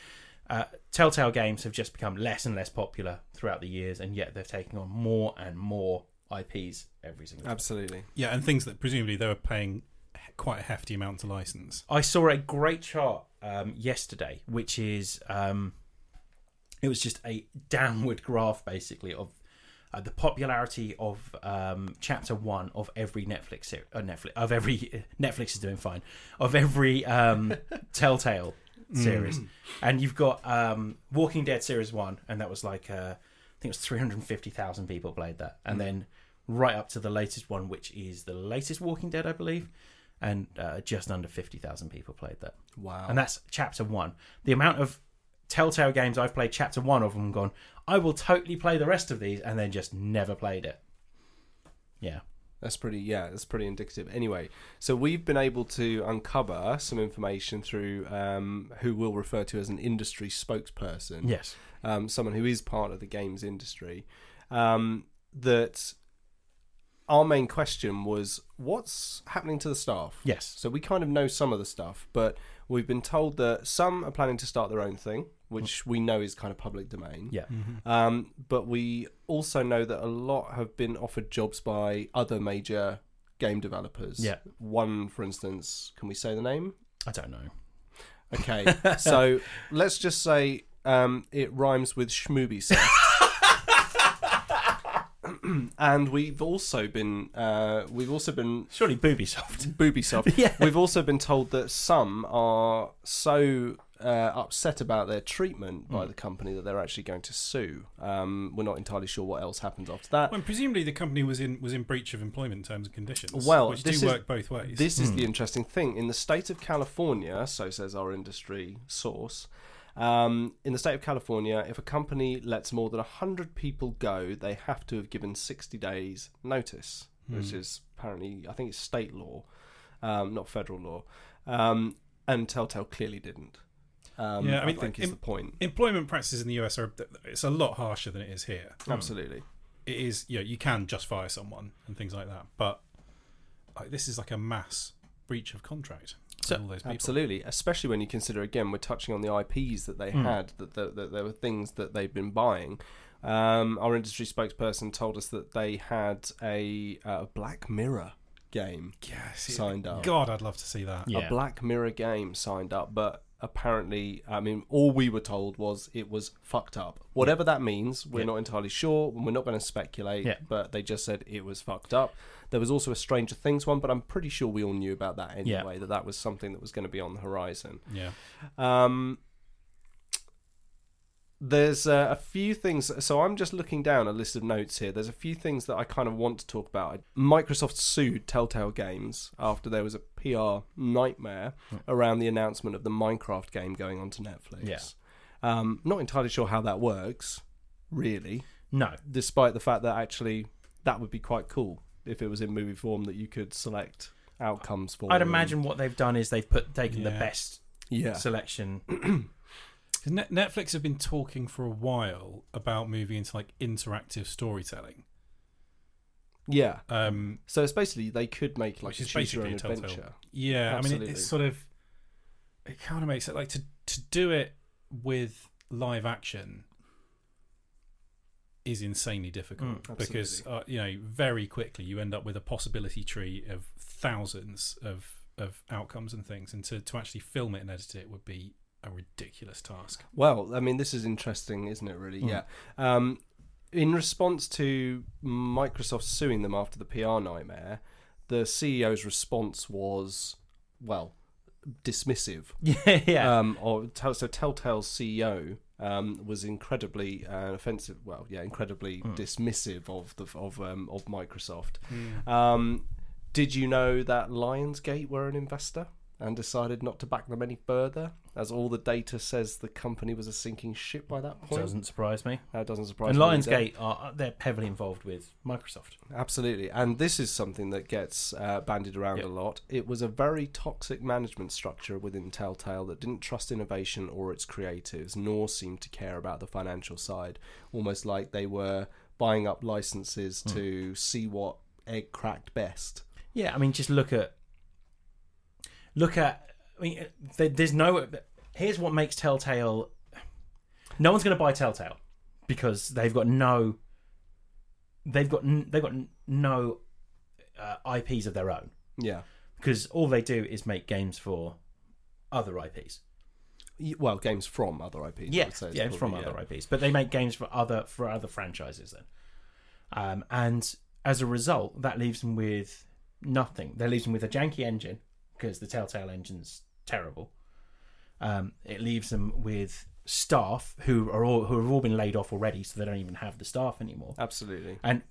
C: uh, Telltale games have just become less and less popular throughout the years, and yet they're taking on more and more IPs every single. time.
B: absolutely
D: Yeah, and things that presumably they were paying he- quite a hefty amount to license.
C: I saw a great chart um, yesterday, which is um, it was just a downward graph basically of uh, the popularity of um, chapter one of every Netflix ser- uh, Netflix of every Netflix is doing fine of every um, Telltale series, and you've got um, Walking Dead series one, and that was like uh, I think it was three hundred fifty thousand people played that, and then right up to the latest one, which is the latest Walking Dead, I believe, and uh, just under fifty thousand people played that.
B: wow
C: And that's chapter one. The amount of Telltale games I've played chapter one of them gone, I will totally play the rest of these and then just never played it. Yeah.
B: That's pretty, yeah, that's pretty indicative. Anyway, so we've been able to uncover some information through um, who we'll refer to as an industry spokesperson,
C: Yes.
B: um, someone who is part of the games industry. Um, that our main question was what's happening to the staff?
C: Yes.
B: So we kind of know some of the stuff, but we've been told that some are planning to start their own thing, which we know is kind of public domain.
C: Yeah.
B: Um, but we also know that a lot have been offered jobs by other major game developers.
C: Yeah.
B: One, for instance, can we say the name?
C: I don't know.
B: Okay. so let's just say um, it rhymes with Schmoobiesoft. and we've also been uh, we've also been
C: Surely Boobysoft.
B: booby soft.
C: Yeah.
B: We've also been told that some are so uh, upset about their treatment by the company that they're actually going to sue. Um, we're not entirely sure what else happens after that.
D: Well, and presumably the company was in was in breach of employment terms and conditions,
B: Well,
D: which
B: this
D: do
B: is-
D: work both ways.
B: This is the interesting thing. In the state of California, so says our industry source, um, in the state of California, if a company lets more than 100 people go, they have to have given 60 days notice,
D: Hmm.
B: which is apparently, I think it's state law, um, not federal law. Um, and Telltale clearly didn't. Um,
D: Yeah, I
B: I,
D: mean,
B: think
D: the-
B: is
D: in-
B: the point.
D: employment practices in the US are it's a lot harsher than it is here.
B: Absolutely.
D: It is you know, you can just fire someone and things like that, but like, this is like a mass breach of contract. for
C: So-
D: all those people.
B: Absolutely, especially when you consider again we're touching on the IPs that
D: Hmm.
B: they had that, that, that there were things that they've been buying. Um, our industry spokesperson told us that they had a, uh Black Mirror game
D: Yes, it-
B: signed up,
D: God, I'd love to see that.
C: Yeah.
B: a Black Mirror game signed up, but apparently, I mean, all we were told was it was fucked up. Whatever that means, we're
C: Yeah.
B: not entirely sure, and we're not going to speculate.
C: Yeah.
B: But they just said it was fucked up. There was also a Stranger Things one, but I'm pretty sure we all knew about that
C: Yeah.
B: anyway. That that was something that was going to be on the horizon.
D: Yeah.
B: Um, there's uh, a few things. So I'm just looking down a list of notes here. There's a few things that I kind of want to talk about. Microsoft sued Telltale Games after there was a PR nightmare
C: Hmm.
B: around the announcement of the Minecraft game going onto Netflix.
C: Yeah.
B: Um, not entirely sure how that works, really,
C: No.
B: despite the fact that actually that would be quite cool. if it was in movie form that you could select outcomes for.
C: I'd
B: and-
C: imagine what they've done is they've put taken the
D: Yeah.
C: best
B: Oh. Yeah.
C: selection.
D: 'Cause Net- Netflix have been talking for a while about moving into like interactive storytelling,
B: yeah.
D: um,
B: So it's basically they could make like
D: Which
B: a
D: is
B: choose your own
D: basically a Telltale.
B: adventure.
D: Yeah, I mean,
B: Absolutely.
D: it, it's sort of it kind of makes it like to to do it with live action is insanely difficult
C: Mm,
D: because uh, you know very quickly you end up with a possibility tree of thousands of of outcomes and things, and to to actually film it and edit it would be a ridiculous task.
B: Well, I mean, this is interesting, isn't it?
D: Hmm.
B: Really, yeah. Um, in response to Microsoft suing them after the PR nightmare, the CEO's response was, well, dismissive.
C: yeah, yeah.
B: Um, or tell, so Telltale's CEO um, was incredibly uh, offensive. Well, yeah, incredibly
D: Hmm.
B: dismissive of the of um, of Microsoft. Um, did you know that Lionsgate were an investor and decided not to back them any further, as all the data says the company was a sinking ship by that point?
C: Doesn't surprise me.
B: That doesn't Uh, surprise
C: And
B: me. either.
C: Lionsgate are they're heavily involved with Microsoft.
B: Absolutely. And this is something that gets uh, bandied around
C: Yep.
B: a lot. It was a very toxic management structure within Telltale that didn't trust innovation or its creatives, nor seemed to care about the financial side. Almost like they were buying up licenses
C: Hmm.
B: to see what egg cracked best.
C: Yeah, I mean, just look at look at. I mean, there, there's no. Here's what makes Telltale. No one's going to buy Telltale because they've got no. They've got n- they've got n- no uh, IPs of their own
B: Yeah.
C: because all they do is make games for other IPs.
B: Y- Well, games from other IPs. I
C: Yeah,
B: would say is
C: yeah, it's from
B: probably-
C: other
B: yeah.
C: IPs, but they make games for other for other franchises then, um, and as a result, that leaves them with nothing. That leaves them with a janky engine because the Telltale engine's terrible. Um, it leaves them with staff who are all who have all been laid off already, so they don't even have the staff anymore.
B: Absolutely.
C: And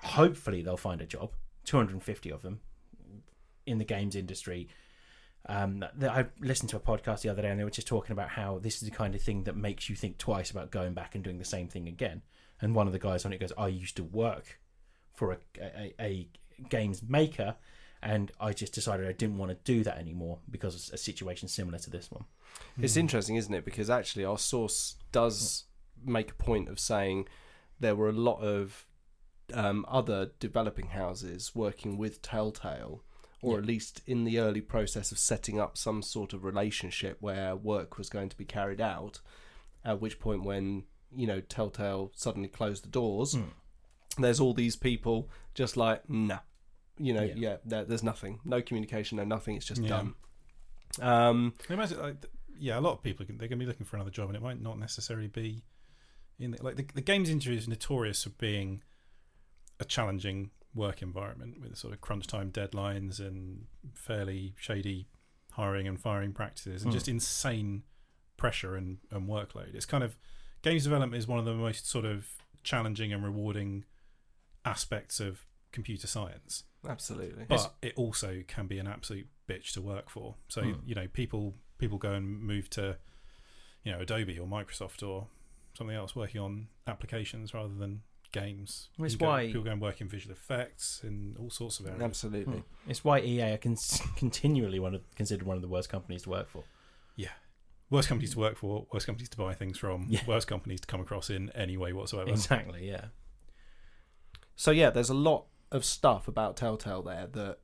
C: hopefully they'll find a job. 250 of them in the games industry. Um, that- that I listened to a podcast the other day, and they were just talking about how this is the kind of thing that makes you think twice about going back and doing the same thing again. And one of the guys on it goes, "I used to work for a, a, a games maker, and I just decided I didn't want to do that anymore because of a situation similar to this one."
B: It's interesting, isn't it? Because actually, our source does make a point of saying there were a lot of um, other developing houses working with Telltale, or at least in the early process of setting up some sort of relationship where work was going to be carried out. At which point, when you know Telltale suddenly closed the doors, there's all these people just like nah, you know, yeah, there, there's nothing, no communication, no nothing. It's just
D: Yeah.
B: done. Um,
D: I imagine, like, th- yeah, a lot of people are gonna- they're going to be looking for another job, and it might not necessarily be in the, like the, the games industry is notorious for being a challenging work environment with sort of crunch time deadlines and fairly shady hiring and firing practices and just insane pressure and, and workload. It's kind of games development is one of the most sort of challenging and rewarding aspects of computer science
B: absolutely.
D: but it also can be an absolute bitch to work for. So you know, people people go and move to you know Adobe or Microsoft or something else, working on applications rather than games.
C: That's
D: You go-
C: why-
D: people go and work in visual effects in all sorts of areas.
B: Absolutely.
C: It's why EA are cons continually one of, considered one of the worst companies to work for.
D: Yeah. Worst companies to work for, worst companies to buy things from,
C: Yeah.
D: worst companies to come across in any way whatsoever.
C: Exactly. Yeah.
B: So yeah, there's a lot of stuff about Telltale there that,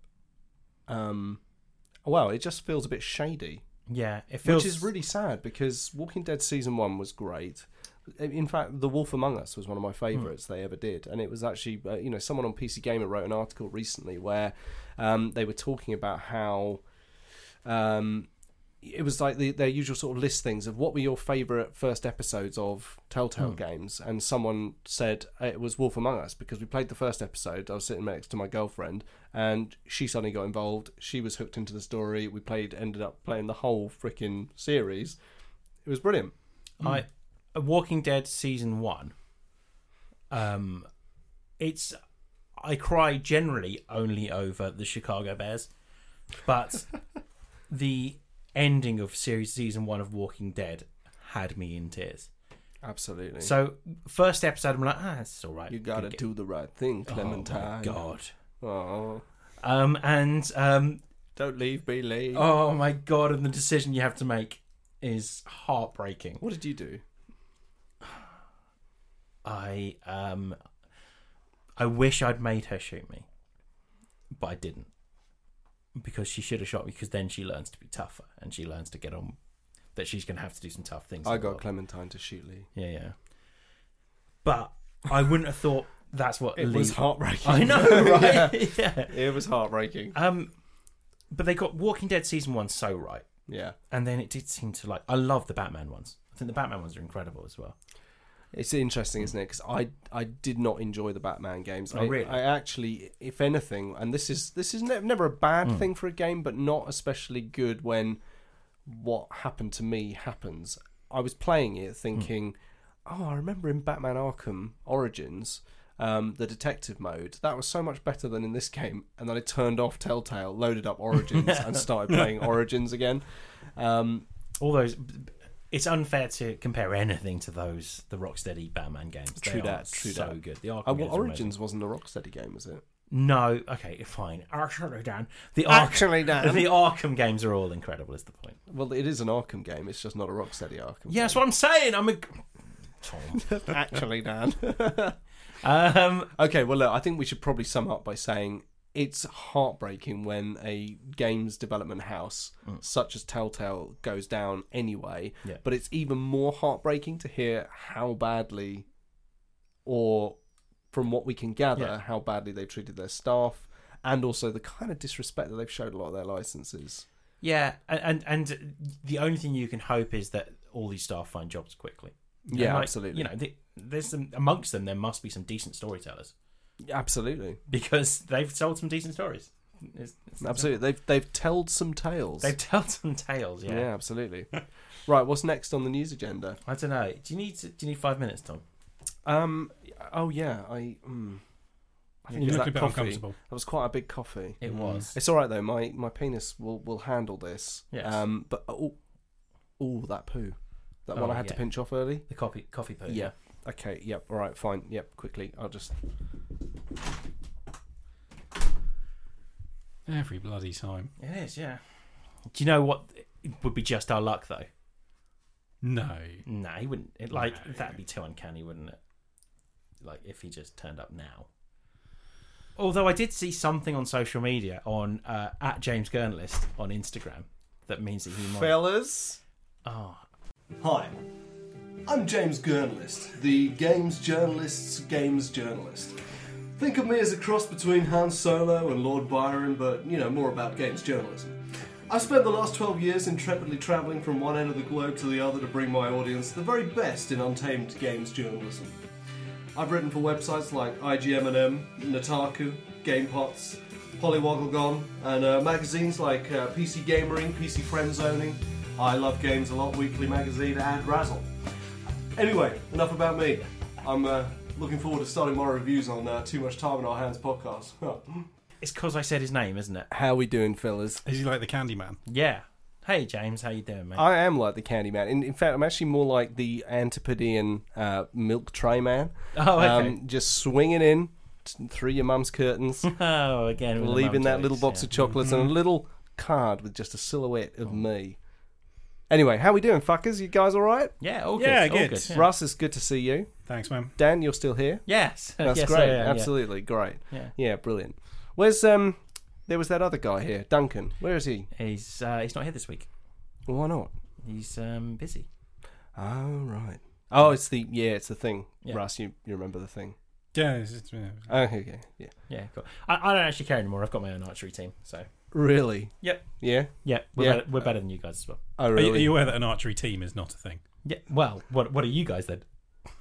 B: um, well, it just feels a bit shady,
C: Yeah, it feels
B: which is really sad because Walking Dead season one was great. In fact, The Wolf Among Us was one of my favourites they ever did, and it was actually uh, you know someone on PC Gamer wrote an article recently where um, they were talking about how. Um, it was like the, their usual sort of list things of what were your favorite first episodes of Telltale games, and someone said uh, it was Wolf Among Us because we played the first episode. I was sitting next to my girlfriend, and she suddenly got involved. She was hooked into the story. We played, ended up playing the whole freaking series. It was brilliant.
C: I uh, Walking Dead season one. Um, it's I cry generally only over the Chicago Bears, but the ending of series season one of Walking Dead had me in tears.
B: Absolutely.
C: So first episode, I'm like, ah, it's all right.
B: you gotta
C: Good
B: do the right thing,
C: ga- Oh my
B: Clementine.
C: God,
B: Oh,
C: Um, and um,
B: don't leave me, Lee.
C: oh my god, and the decision you have to make is heartbreaking.
B: What did you do?
C: I um, I wish I'd made her shoot me, but I didn't because she should have shot me. Because then she learns to be tougher and she learns to get on. That she's going to have to do some tough things. in
B: I
C: the
B: got
C: world.
B: Clementine to shoot Lee.
C: Yeah, yeah. But I wouldn't have thought that's what
B: It
C: Lee-
B: was heartbreaking.
C: I know, right?
B: yeah.
C: yeah.
B: It was heartbreaking.
C: Um, but they got Walking Dead season one so right,
B: Yeah.
C: and then it did seem to like. I love the Batman ones. I think the Batman ones are incredible as well.
B: It's interesting, isn't it? Because I I did not enjoy the Batman games.
C: Oh,
B: I,
C: really?
B: I actually, if anything, and this is this is ne- never a bad
C: Hmm.
B: thing for a game, but not especially good when what happened to me happens. I was playing it thinking,
C: Hmm.
B: oh, I remember in Batman Arkham Origins. Um, the detective mode that was so much better than in this game, and then I turned off Telltale, loaded up Origins, and started playing Origins again. Um,
C: All those. It's unfair to compare anything to those the Rocksteady Batman games. They
B: True
C: are
B: that, true
C: so
B: that.
C: good. The Arkham
B: I, well,
C: games are amazing.
B: Origins wasn't a Rocksteady game, is it?
C: No, okay, fine. Actually, Dan, the Arkham,
B: Dan.
C: the Arkham games are all incredible. Is the point?
B: Well, it is an Arkham game. It's just not a Rocksteady Arkham.
C: Yeah, that's what I'm saying. I'm a Tom.
B: game. actually, Dan.
C: Um,
B: okay, well, look, I think we should probably sum up by saying it's heartbreaking when a games development house such as Telltale goes down anyway.
C: Mm. Yeah.
B: But it's even more heartbreaking to hear how badly, or from what we can gather,
C: Yeah.
B: how badly they've treated their staff. And also the kind of disrespect that they've showed a lot of their licenses.
C: Yeah, and, and and the only thing you can hope is that all these staff find jobs quickly. And,
B: Yeah,
C: like,
B: absolutely.
C: You know, th there's some amongst them. There must be some decent storytellers
B: Absolutely,
C: because they've told some decent stories. It's- it's-
B: absolutely. They've they've told some tales.
C: they've told some tales. Yeah.
B: Yeah, absolutely. right, what's next on the news agenda?
C: I don't know. Do you need to, do you need five minutes, Tom?
B: Um, oh yeah, I. Mm, I think
D: You're
B: it was
D: looking
B: that
D: a bit
B: coffee. That
D: uncomfortable.
B: was quite a big coffee.
C: It was.
B: Mm. It's all right though. My my penis will will handle this.
C: Yes.
B: Um, but oh, oh, that poo, that
C: Oh,
B: one I had to
C: yeah.
B: pinch off early.
C: The coffee coffee poo.
B: Yeah. Okay. Yep. All right. Fine. Yep. Quickly. I'll just.
D: Every bloody time.
C: It is. Yeah. Do you know what it would be just our luck though?
D: No.
C: Nah, he wouldn't. It, like
D: No.
C: that'd be too uncanny, wouldn't it? Like if he just turned up now. Although I did see something on social media on uh, at James Gurnlist on Instagram that means that he might.
B: Fellas.
C: Oh,
E: Hi, I'm James Gurnlist, the games journalist's games journalist. Think of me as a cross between Han Solo and Lord Byron, but you know, more about games journalism. I've spent the last 12 years intrepidly travelling from one end of the globe to the other to bring my audience the very best in untamed games journalism. I've written for websites like IGMM, Nataku, GamePots, Polywogglegon, and uh, magazines like uh, PC Gamering, PC Friend Zoning, I Love Games a Lot Weekly Magazine, and Razzle. Anyway, enough about me. I'm uh, looking forward to starting my reviews on uh, Too Much Time in Our Hands podcast.
C: it's because I said his name, isn't it?
B: How we doing, fellas?
D: Is he like the Candyman?
C: Yeah. Hey, James, how you doing, mate?
B: I am like the candy man. In, in fact, I'm actually more like the Antipodean uh, milk tray man.
C: Oh, okay.
B: Um, just swinging in t- through your mum's curtains.
C: oh, again, with the
B: leaving
C: mum
B: that little
C: jokes,
B: box of chocolates and a
C: Mm-hmm.
B: little card with just a silhouette
C: Oh.
B: of me. Anyway, how we doing, fuckers? You guys all right?
C: yeah. Yeah, all good.
D: Yeah,
C: all
D: good.
C: good. Yeah.
B: Russ, it's good to see you.
D: Thanks, man.
B: Dan, you're still here.
C: Yes,
B: That's
C: Uh, Yes, I
B: great.
C: am, yeah.
B: Absolutely great.
C: Yeah.
B: yeah, brilliant. Where's um? There was that other guy here, Duncan. Where is he?
C: He's uh, he's not here this week.
B: Why not?
C: He's um, busy.
B: Oh right. Oh, it's the yeah, it's the thing.
C: Yeah.
B: Russ, you you remember the thing?
D: Yeah. It's, it's, yeah.
B: Oh, okay, yeah.
C: Yeah, cool. I, I don't actually care anymore. I've got my own archery team, so
B: Really?
C: Yep.
B: Yeah.
C: yeah, we're,
B: Yeah.
C: Better, we're better than you guys as well.
B: Oh
D: Are, you,
B: really?
D: are you aware that an archery team is not a thing?
C: Yeah. Well, what what are you guys then?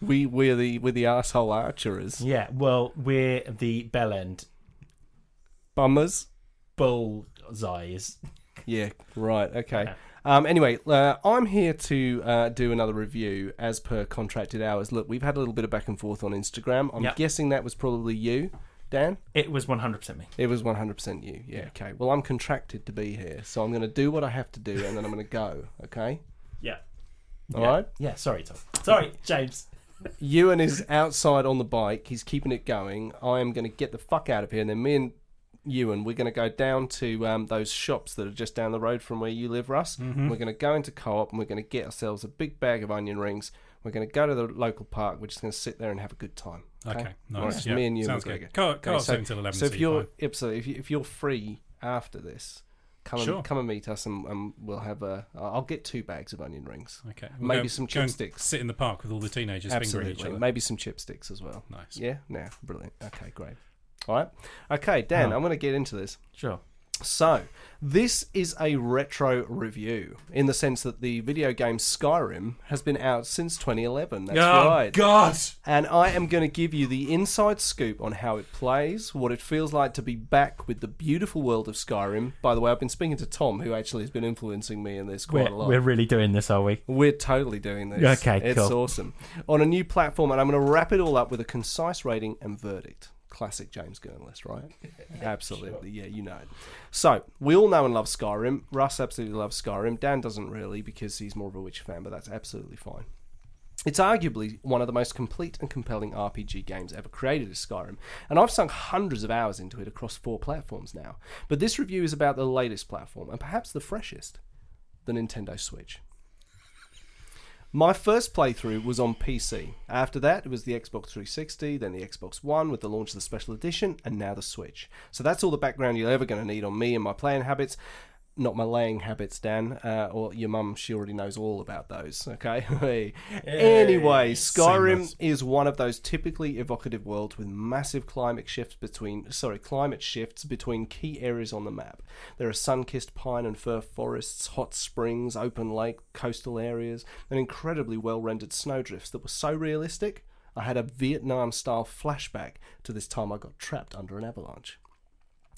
B: we we're the we're the asshole archers,
C: Yeah. Well, we're the bell end
B: bummers.
C: bullseyes.
B: Yeah, right, okay. Um, anyway, uh, I'm here to uh, do another review as per contracted hours. Look, we've had a little bit of back and forth on Instagram. I'm
C: Yeah.
B: guessing that was probably you, Dan.
C: It was one hundred percent me.
B: It was 100% you. Yeah, okay. Well, I'm contracted to be here, so I'm going to do what I have to do and then I'm going to go, okay?
C: Yeah.
B: All right.
C: Yeah. Sorry, Tom. Sorry, James.
B: Ewan is outside on the bike. He's keeping it going. I am going to get the fuck out of here, and then me and Ewan, we're going to go down to um, those shops that are just down the road from where you live, Russ.
D: Mm-hmm.
B: We're going to go into co op and we're going to get ourselves a big bag of onion rings. We're going to go to the local park. We're just going to sit there and have a good time.
D: Okay,
B: All right,
D: nice.
B: just
D: Yeah,
B: me and you.
D: Sounds
B: McGregor.
D: good. Car, car
B: Okay, so-
D: until eleven.
B: So if
D: so
B: you're
D: fine.
B: absolutely, if, you, if you're free after this, come and
D: Sure.
B: come and meet us, and, and we'll have a. I'll get two bags of onion rings.
D: okay,
B: maybe
D: go-
B: some
D: go and
B: chopsticks.
D: sit in the park with all the teenagers fingering each
B: Absolutely,
D: other.
B: maybe some chipsticks as well.
D: Nice.
B: Yeah, now brilliant. Okay, great. All right, okay, Dan,
A: Huh.
B: I'm going to get into this.
A: Sure.
B: So this is a retro review in the sense that the video game Skyrim has been out since 2011. That's
D: Oh,
B: right.
C: God!
B: And I am going to give you the inside scoop on how it plays, what it feels like to be back with the beautiful world of Skyrim. By the way, I've been speaking to Tom, who actually has been influencing me in this quite
A: We're,
B: a lot.
A: we're really doing this, are we?
B: We're totally doing this.
A: Okay,
B: it's
A: cool.
B: awesome. On a new platform, and I'm going to wrap it all up with a concise rating and verdict. Classic James Gurnlist, right? absolutely, yeah, you know it. So we all know and love Skyrim. Russ absolutely loves Skyrim. Dan doesn't really because he's more of a Witcher fan, but that's absolutely fine. It's arguably one of the most complete and compelling RPG games ever created is Skyrim, and I've sunk hundreds of hours into it across four platforms now. But this review is about the latest platform, and perhaps the freshest, the Nintendo Switch. My first playthrough was on PC. After that, it was the Xbox 360, then the Xbox One with the launch of the Special Edition, and now the Switch. So that's all the background you're ever going to need on me and my playing habits. Not my laying habits, Dan, uh, or your mum, she already knows all about those, okay? Hey. anyway, Skyrim
D: seamless.
B: is one of those typically evocative worlds with massive climate shifts between sorry climate shifts between key areas on the map there are sun-kissed pine and fir forests hot springs open lake coastal areas and incredibly well rendered snowdrifts that were so realistic i had a vietnam style flashback to this time i got trapped under an avalanche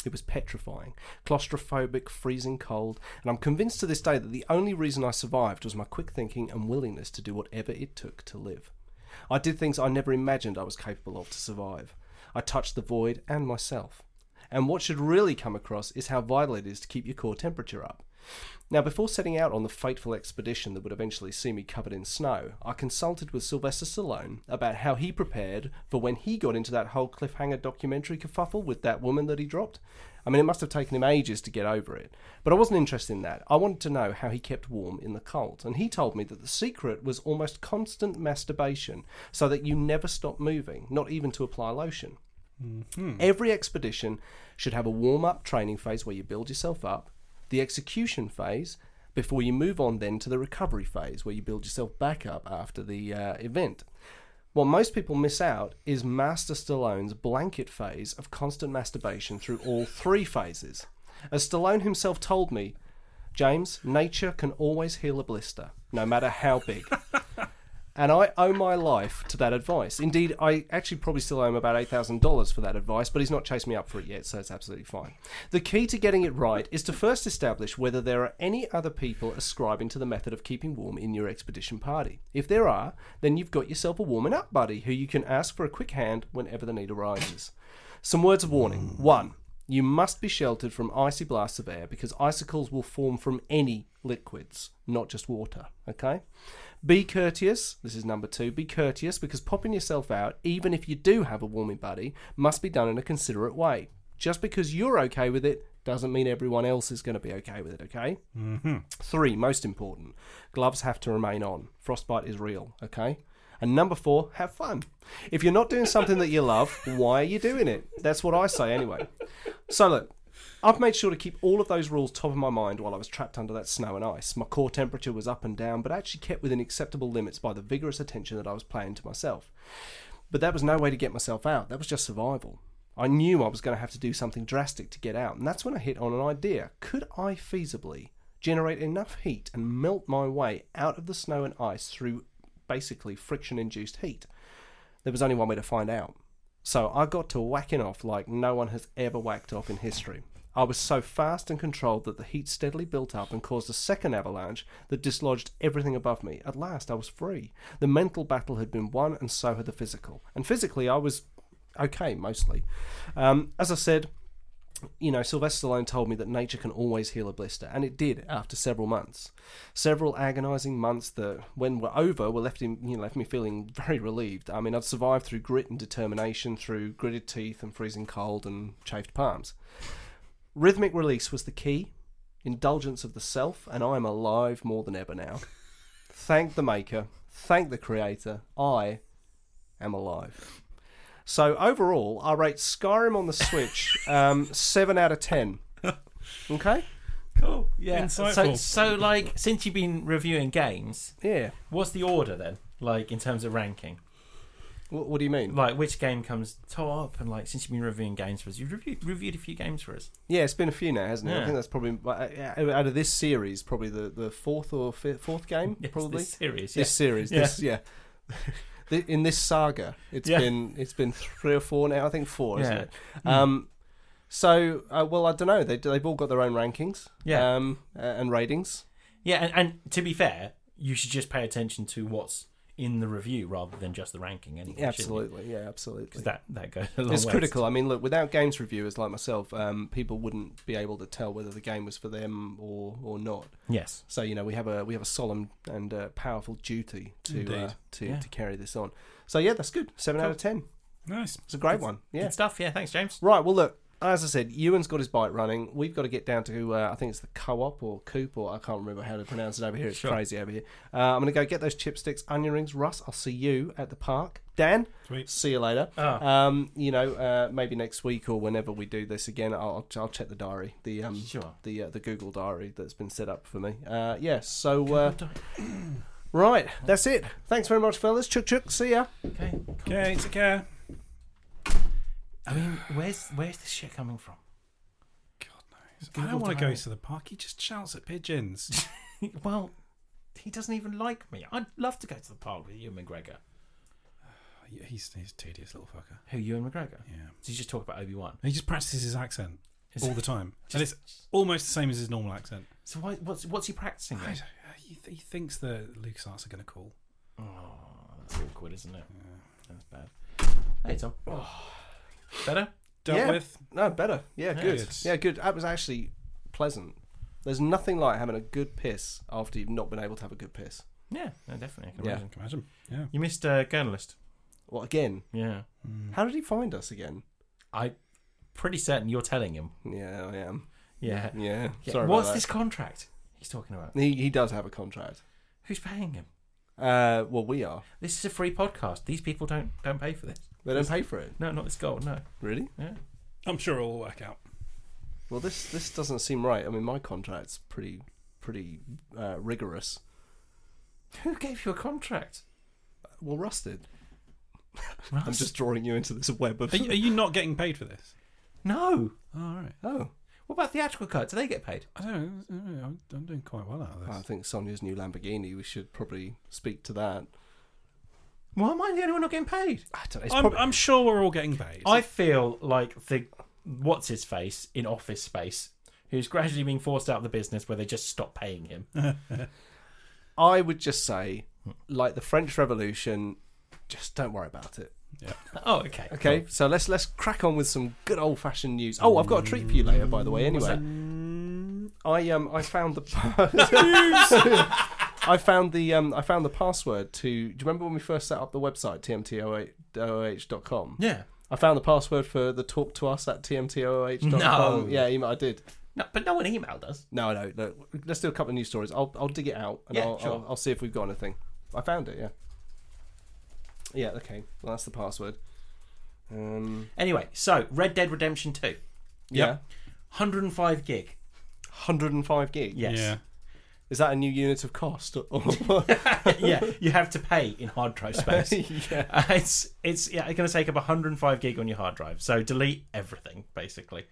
B: it was petrifying, claustrophobic, freezing cold, and I'm convinced to this day that the only reason I survived was my quick thinking and willingness to do whatever it took to live. I did things I never imagined I was capable of to survive. I touched the void and myself. And what should really come across is how vital it is to keep your core temperature up. Now, before setting out on the fateful expedition that would eventually see me covered in snow, I consulted with Sylvester Stallone about how he prepared for when he got into that whole cliffhanger documentary kerfuffle with that woman that he dropped. I mean, it must have taken him ages to get over it. But I wasn't interested in that. I wanted to know how he kept warm in the cold. And he told me that the secret was almost constant masturbation so that you never stop moving, not even to apply lotion. Every expedition should have a warm up training phase where you build yourself up, the execution phase before you move on then to the recovery phase where you build yourself back up after the uh, event. What most people miss out is Master Stallone's blanket phase of constant masturbation through all three phases. As Stallone himself told me, James, nature can always heal a blister, no matter how big. And I owe my life to that advice. Indeed, I actually probably still owe him about $8,000 for that advice, but he's not chased me up for it yet, so it's absolutely fine. The key to getting it right is to first establish whether there are any other people ascribing to the method of keeping warm in your expedition party. If there are, then you've got yourself a warming up buddy who you can ask for a quick hand whenever the need arises. Some words of warning. One, you must be sheltered from icy blasts of air because icicles will form from any liquids, not just water. Okay? Be courteous. This is number two. Be courteous because popping yourself out, even if you do have a warming buddy, must be done in a considerate way. Just because you're okay with it doesn't mean everyone else is going to be okay with it, okay? Mm-hmm. Three, most important, gloves have to remain on. Frostbite is real, okay? And number four, have fun. If you're not doing something that you love, why are you doing it? That's what I say anyway. So look, I've made sure to keep all of those rules top of my mind while I was trapped under that snow and ice. My core temperature was up and down, but actually kept within acceptable limits by the vigorous attention that I was paying to myself. But that was no way to get myself out. That was just survival. I knew I was going to have to do something drastic to get out, and that's when I hit on an idea. Could I feasibly generate enough heat and melt my way out of the snow and ice through basically friction induced heat? There was only one way to find out. So I got to whacking off like no one has ever whacked off in history. I was so fast and controlled that the heat steadily built up and caused a second avalanche that dislodged everything above me. At last, I was free. The mental battle had been won, and so had the physical. And physically, I was okay mostly. Um, as I said, you know, Sylvester Stallone told me that nature can always heal a blister, and it did after several months, several agonising months that, when were over, were left him, you know, left me feeling very relieved. I mean, I'd survived through grit and determination, through gritted teeth and freezing cold and chafed palms. Rhythmic release was the key, indulgence of the self, and I am alive more than ever now. Thank the maker, thank the creator. I am alive. So overall, I rate Skyrim on the Switch um, seven out of ten. Okay.
C: Cool. Yeah. So,
D: Insightful.
C: so, like, since you've been reviewing games,
B: Yeah.
C: what's the order then? Like, in terms of ranking,
B: What, what do you mean?
C: like which game comes top, and like since you've been reviewing games for us, you've reviewed, reviewed a few games for us.
B: Yeah, it's been a few now, hasn't it? I
C: Yeah.
B: think that's probably uh, out of this series, probably the, the fourth or fifth, fourth game,
C: Yes,
B: probably
C: this series.
B: This
C: Yes.
B: series. This yeah. Th- In this saga, it's
C: Yeah.
B: been it's been three or four now. I think four, isn't
C: Yeah. Hmm.
B: it? Um, so uh, well, I don't know. They they've all got their own rankings,
C: Yeah.
B: um, uh, and ratings.
C: Yeah, and, and to be fair, you should just pay attention to what's in the review rather than just the ranking. Anyway,
B: absolutely, yeah, absolutely.
C: Because that that goes a long
B: it's
C: way.
B: critical. I mean, look, without games reviewers like myself, um, people wouldn't be able to tell whether the game was for them or or not.
C: Yes.
B: So you know, we have a we have a solemn and uh, powerful duty to uh,
D: Indeed.
B: to,
C: Yeah.
B: to carry this on. So yeah, that's good. Seven out
C: Cool.
B: of ten.
D: Nice.
B: It's a great one. Yeah.
C: Good stuff. Yeah. Thanks, James.
B: Right. Well, look. As I said, Ewan's got his bike running. We've got to get down to uh, I think it's the co-op or coop or I can't remember how to pronounce it over here. It's
D: Sure.
B: crazy over here. Uh, I'm going to go get those chipsticks, onion rings. Russ, I'll see you at the park. Dan,
D: Sweet.
B: see you later.
C: Ah.
B: Um, you know, uh, maybe next week or whenever we do this again, I'll I'll check the diary, the um,
C: Sure.
B: the uh, the Google diary that's been set up for me. Uh, yeah. So uh, right, that's it. Thanks very much, fellas. Chuk chuk. See ya.
C: Okay. cool.
D: Okay, take care.
C: I mean, where's where's this shit coming from?
D: I don't want to go
C: Diary.
D: to the park. He just shouts at pigeons.
C: Well, he doesn't even like me. I'd love to go to the park with Ewan McGregor.
D: Oh, he's, he's a tedious little fucker.
C: Who Ewan McGregor?
D: Yeah.
C: Did you just talk about Obi Wan?
D: He just practices his accent
C: Is
D: all
C: it-
D: the time. and it's almost the same as his normal accent.
C: So why, what's what's he practicing?
D: I
C: Then?
D: don't- uh, He, th- he thinks the LucasArts are going to call.
C: Oh, that's awkward, isn't it? That's bad. Hey Tom. Better?
D: Dealt
B: Yeah.
D: with.
B: No, better. Yeah,
C: Yeah.
B: good.
D: Good.
B: Yeah, good. That was actually pleasant. There's nothing like having a good piss after you've not been able to have a good piss.
C: Yeah, no, definitely. I can
B: Yeah.
C: imagine.
D: Can imagine. Yeah.
C: You missed uh, journalist.
B: Well, again,
C: Yeah.
D: Hmm.
B: how did he find us again?
C: I pretty certain you're telling him.
B: Yeah, I am.
C: Yeah.
B: Yeah.
C: Yeah,
B: Sorry
C: What's
B: about
C: this contract he's talking about?
B: that. He, he does have a contract.
C: Who's paying him?
B: Uh, well, we are.
C: This is a free podcast. These people don't don't pay for this.
B: They don't pay for it.
C: No, not this gold. No.
B: Really?
C: Yeah.
D: I'm sure it'll all work out.
B: Well, this this doesn't seem right. I mean, my contract's pretty pretty uh, rigorous.
C: Who gave you a contract?
B: Well, rusted. I'm
C: Russ?
B: just drawing you into this web of.
D: Are you, are you not getting paid for this?
C: no.
D: Oh, all right.
B: Oh,
C: What about theatrical cuts? Do they get paid?
D: I don't know. I'm- I'm doing quite well out of
B: I
D: this.
B: think Sonia's new Lamborghini. We should probably speak to that.
C: Why am I the only one not getting paid?
B: I don't know. It's
D: I'm,
B: probably,
D: I'm sure we're all getting paid.
C: I feel like the what's his face in office space, who's gradually being forced out of the business where they just stop paying him.
B: I would just say, like the French Revolution, just don't worry about it.
C: oh, okay.
B: Okay, so let's let's crack on with some good old fashioned news. Oh, I've got a treat for you later, by the
D: Mm,
B: way. Anyway, I um I found the I found the um I found the password to. Do you remember when we first set up the website tmtoh.com?
C: Yeah.
B: I found the password for the talk to us at tmtoh.com.
C: No.
B: yeah, email, I did.
C: No, but no one emailed us.
B: No, no, look, let's do a couple of news stories. I'll I'll dig it out and
C: Yeah,
B: I'll,
C: sure.
B: I'll I'll see if we've got anything. I found it. Yeah. Yeah. Okay. Well, that's the password. Um.
C: Anyway, so Red Dead Redemption 2,
B: Yeah.
C: 105 gig.
B: 105 gig.
C: Yes.
D: Yeah.
B: Is that a new unit of cost? Or-
C: yeah, you have to pay in hard drive space.
B: yeah.
C: Uh, it's it's yeah, it's going to take up 105 gig on your hard drive. So delete everything basically.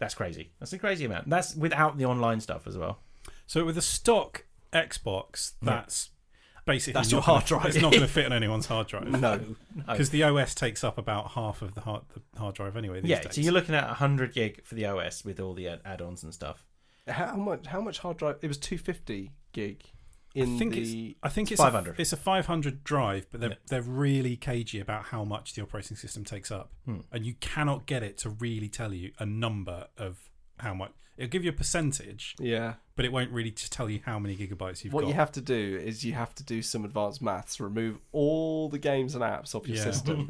C: That's crazy. That's a crazy amount. That's without the online stuff as well.
D: So with a stock Xbox, that's basically
B: That's
D: not
B: your
D: gonna-
B: hard drive.
D: It's not going to fit on anyone's hard drive
B: No.
C: No.
D: because the OS takes up about half of the hard the hard drive anyway. These
C: yeah,
D: days.
C: so you're looking at 100 gig for the OS with all the ad- add-ons and stuff.
B: How much? How much hard drive? It was 250 gig. in
D: I think
B: the
D: it's I think it's
C: 500.
D: A, it's a 500 drive, but they're
C: Yeah.
D: they're really cagey about how much the operating system takes up,
B: Hmm.
D: and you cannot get it to really tell you a number of how much. It'll give you a percentage,
B: yeah.
D: but it won't really just tell you how many gigabytes you've
B: What
D: got.
B: you have to do is you have to do some advanced maths, remove all the games and apps off your
D: Yeah.
B: system,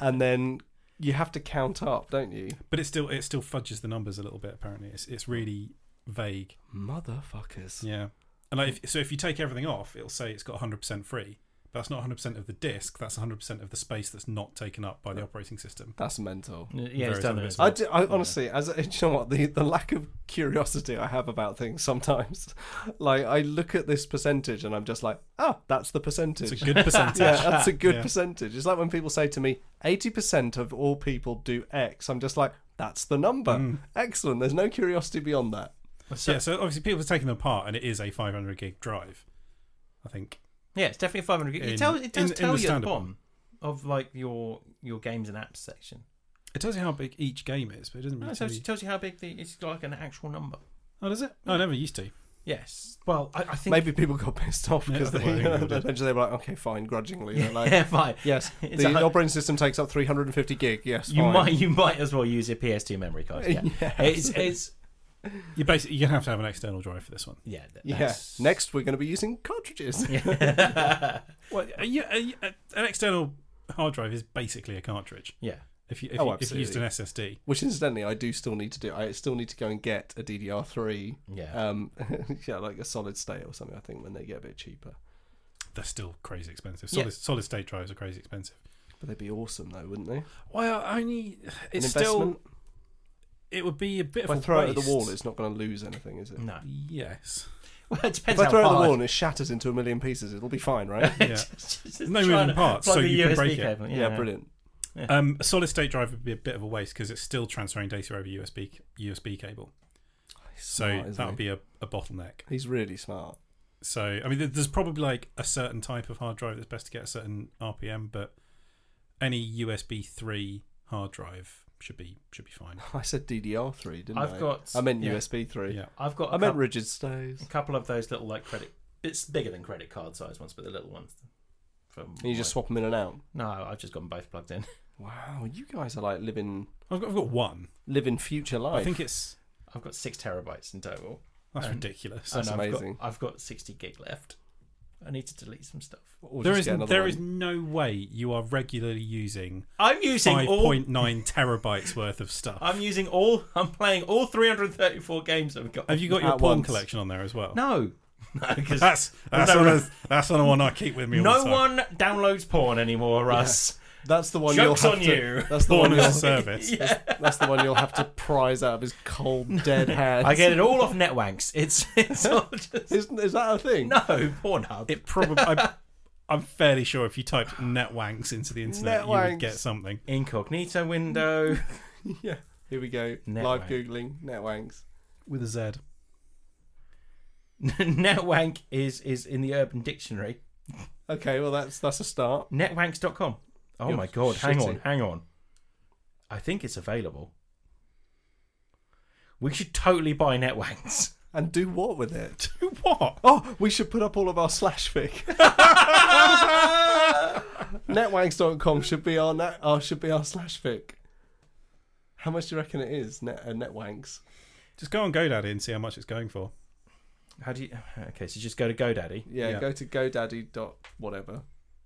B: and then you have to count up, don't you?
D: but it still it still fudges the numbers a little bit. Apparently, it's it's really vague.
B: Motherfuckers.
D: Yeah, and like if, so if you take everything off, it'll say it's got 100% free. But that's not 100% of the disk. That's 100% of the space that's not taken up by the operating system.
B: That's mental.
C: Yeah, it's
D: Various
C: done.
D: other
C: it.
D: bits.
B: I, do- I honestly, as a, do you know what, the, the lack of curiosity I have about things sometimes, like I look at this percentage and I'm just like, oh, that's the percentage.
D: It's a good percentage.
B: yeah, that's a good
D: Yeah.
B: percentage. It's like when people say to me, 80% of all people do X. I'm just like, that's the number.
D: Mm.
B: Excellent. There's no curiosity beyond that.
C: So-
D: yeah, so obviously people are taking them apart, and it is a 500 gig drive. I think
C: Yeah, it's definitely 500 gig.
D: In-
C: It tells it
D: in-
C: does
D: in
C: tell you at
D: the
C: the
D: standard
C: bottom of like your your games and apps section.
D: it tells you how big each game is, but it doesn't
C: No,
D: really
C: it
D: tell
C: tells,
D: you.
C: it tells you how big the it's like an actual number.
D: Oh, does it? No, I never used to.
C: Yes. Well, I, I think
B: Maybe people got pissed off because
D: Yeah,
B: they,
D: I think people did.
B: eventually they were like, okay, fine, grudgingly. They're like,
C: yeah, fine.
B: yes,
C: It's
B: the
C: a hun-
B: operating system takes up 350 gig. Yes,
C: You
B: fine.
C: might you might as well use your PS2 memory card. Yeah. It's it's
D: You basically you have to have an external drive for this one.
C: yeah. th-
B: Yeah.
C: that's-
B: Next, we're going to be using cartridges.
D: Well, a, a, a, uh, an external hard drive is basically a cartridge.
C: Yeah.
D: If you if,
B: Oh,
D: you, if you used an
B: absolutely.
D: SSD,
B: Which, incidentally, I do still need to do. I still need to go and get a DDR3.
C: Yeah.
B: Um, yeah, like a solid state or something, I think, when they get a bit cheaper.
D: they're still crazy expensive.
C: Yeah.
D: Solid solid state drives are crazy expensive.
B: But they'd be awesome, though, wouldn't they? An
D: Well, only it's
B: investment.
D: still it would be a bit
B: If
D: of
B: I
D: a
B: throw
D: waste.
B: it at the wall, it's not going to lose anything, is it?
C: No.
D: yes.
C: Well, it depends
B: If I
C: how
B: throw it at the
C: hard.
B: wall and it shatters into a million pieces, it'll be fine, right?
D: Yeah.
C: Just
D: No
C: trying
D: moving
C: to
D: parts,
C: plug
D: so
C: the
D: you can
C: USB
D: break it.
C: cable.
B: Yeah, brilliant.
D: Um, a solid state drive would be a bit of a waste because it's still transferring data over USB USB cable. So
B: smart, isn't
D: that would
B: he?
D: be a, a bottleneck.
B: He's really smart.
D: So I mean, there- there's probably like a certain type of hard drive that's best to get a certain RPM, but any USB three hard drive should be should be fine.
B: I said DDR3, didn't I?
C: I've got-
B: I meant
C: yeah.
B: USB 3.
D: Yeah,
C: I've got a
B: I meant
C: coup-
B: rigid stays.
C: a couple of those little like credit bits bigger than credit card size ones, but the little ones. From
B: And you
C: my-
B: just swap them in and out.
C: no, I've just got them both plugged in.
B: Wow, you guys are like living
D: I've got, I've got one.
B: living future life.
D: I think it's
C: I've got six terabytes in total.
D: that's
C: Um,
D: ridiculous.
B: That's
C: and I've
B: amazing.
C: Got, I've got 60 gig left. I need to delete some stuff.
B: Or
D: There
B: just
D: is
B: get another
D: there
B: one.
D: is no way you are regularly using
C: I'm using
D: five
C: all.
D: point nine terabytes worth of stuff.
C: I'm using all. I'm playing all 334 games I've got.
D: Have you got your
B: At
D: porn
B: once.
D: collection on there as well?
C: No, no, because
D: That's that's
C: No,
D: one
C: no.
D: of- that's the one I keep with me. all the
C: no
D: time.
C: one downloads porn anymore, Russ.
B: That's the one
C: Joke's
B: you'll
C: on
B: have to,
C: you.
B: That's the
D: Porn
B: one
D: as a
B: you'll,
D: service.
B: that's the one you'll have to prize out of his cold dead hands.
C: I get it all off Netwanks. It's it's all just
B: Isn't, is that a thing?
C: no Pornhub.
D: It probably. I, I'm fairly sure if you typed netwanks into the internet, you
B: Netwanks.
D: would get something.
C: Incognito window.
B: Yeah. Here we go. Live
C: Netwank.
B: googling netwanks.
D: With a Z.
C: Netwank is is in the Urban Dictionary.
B: Okay, well that's that's a start.
C: Netwanks.com. Oh
B: You're
C: my god! Hang on,
B: shitting.
C: hang on. I think it's available. We should totally buy Netwanks.
B: And do what with it?
D: What?
B: Oh, we should put up all of our slash fic. Netwanks.com should be our net, our should be our slash fic. How much do you reckon it is? Net uh, netwanks.
D: Just go on GoDaddy and see how much it's going for.
C: How do you? Okay, so just go to GoDaddy.
B: Yeah,
D: Yeah.
B: go to GoDaddy dot whatever,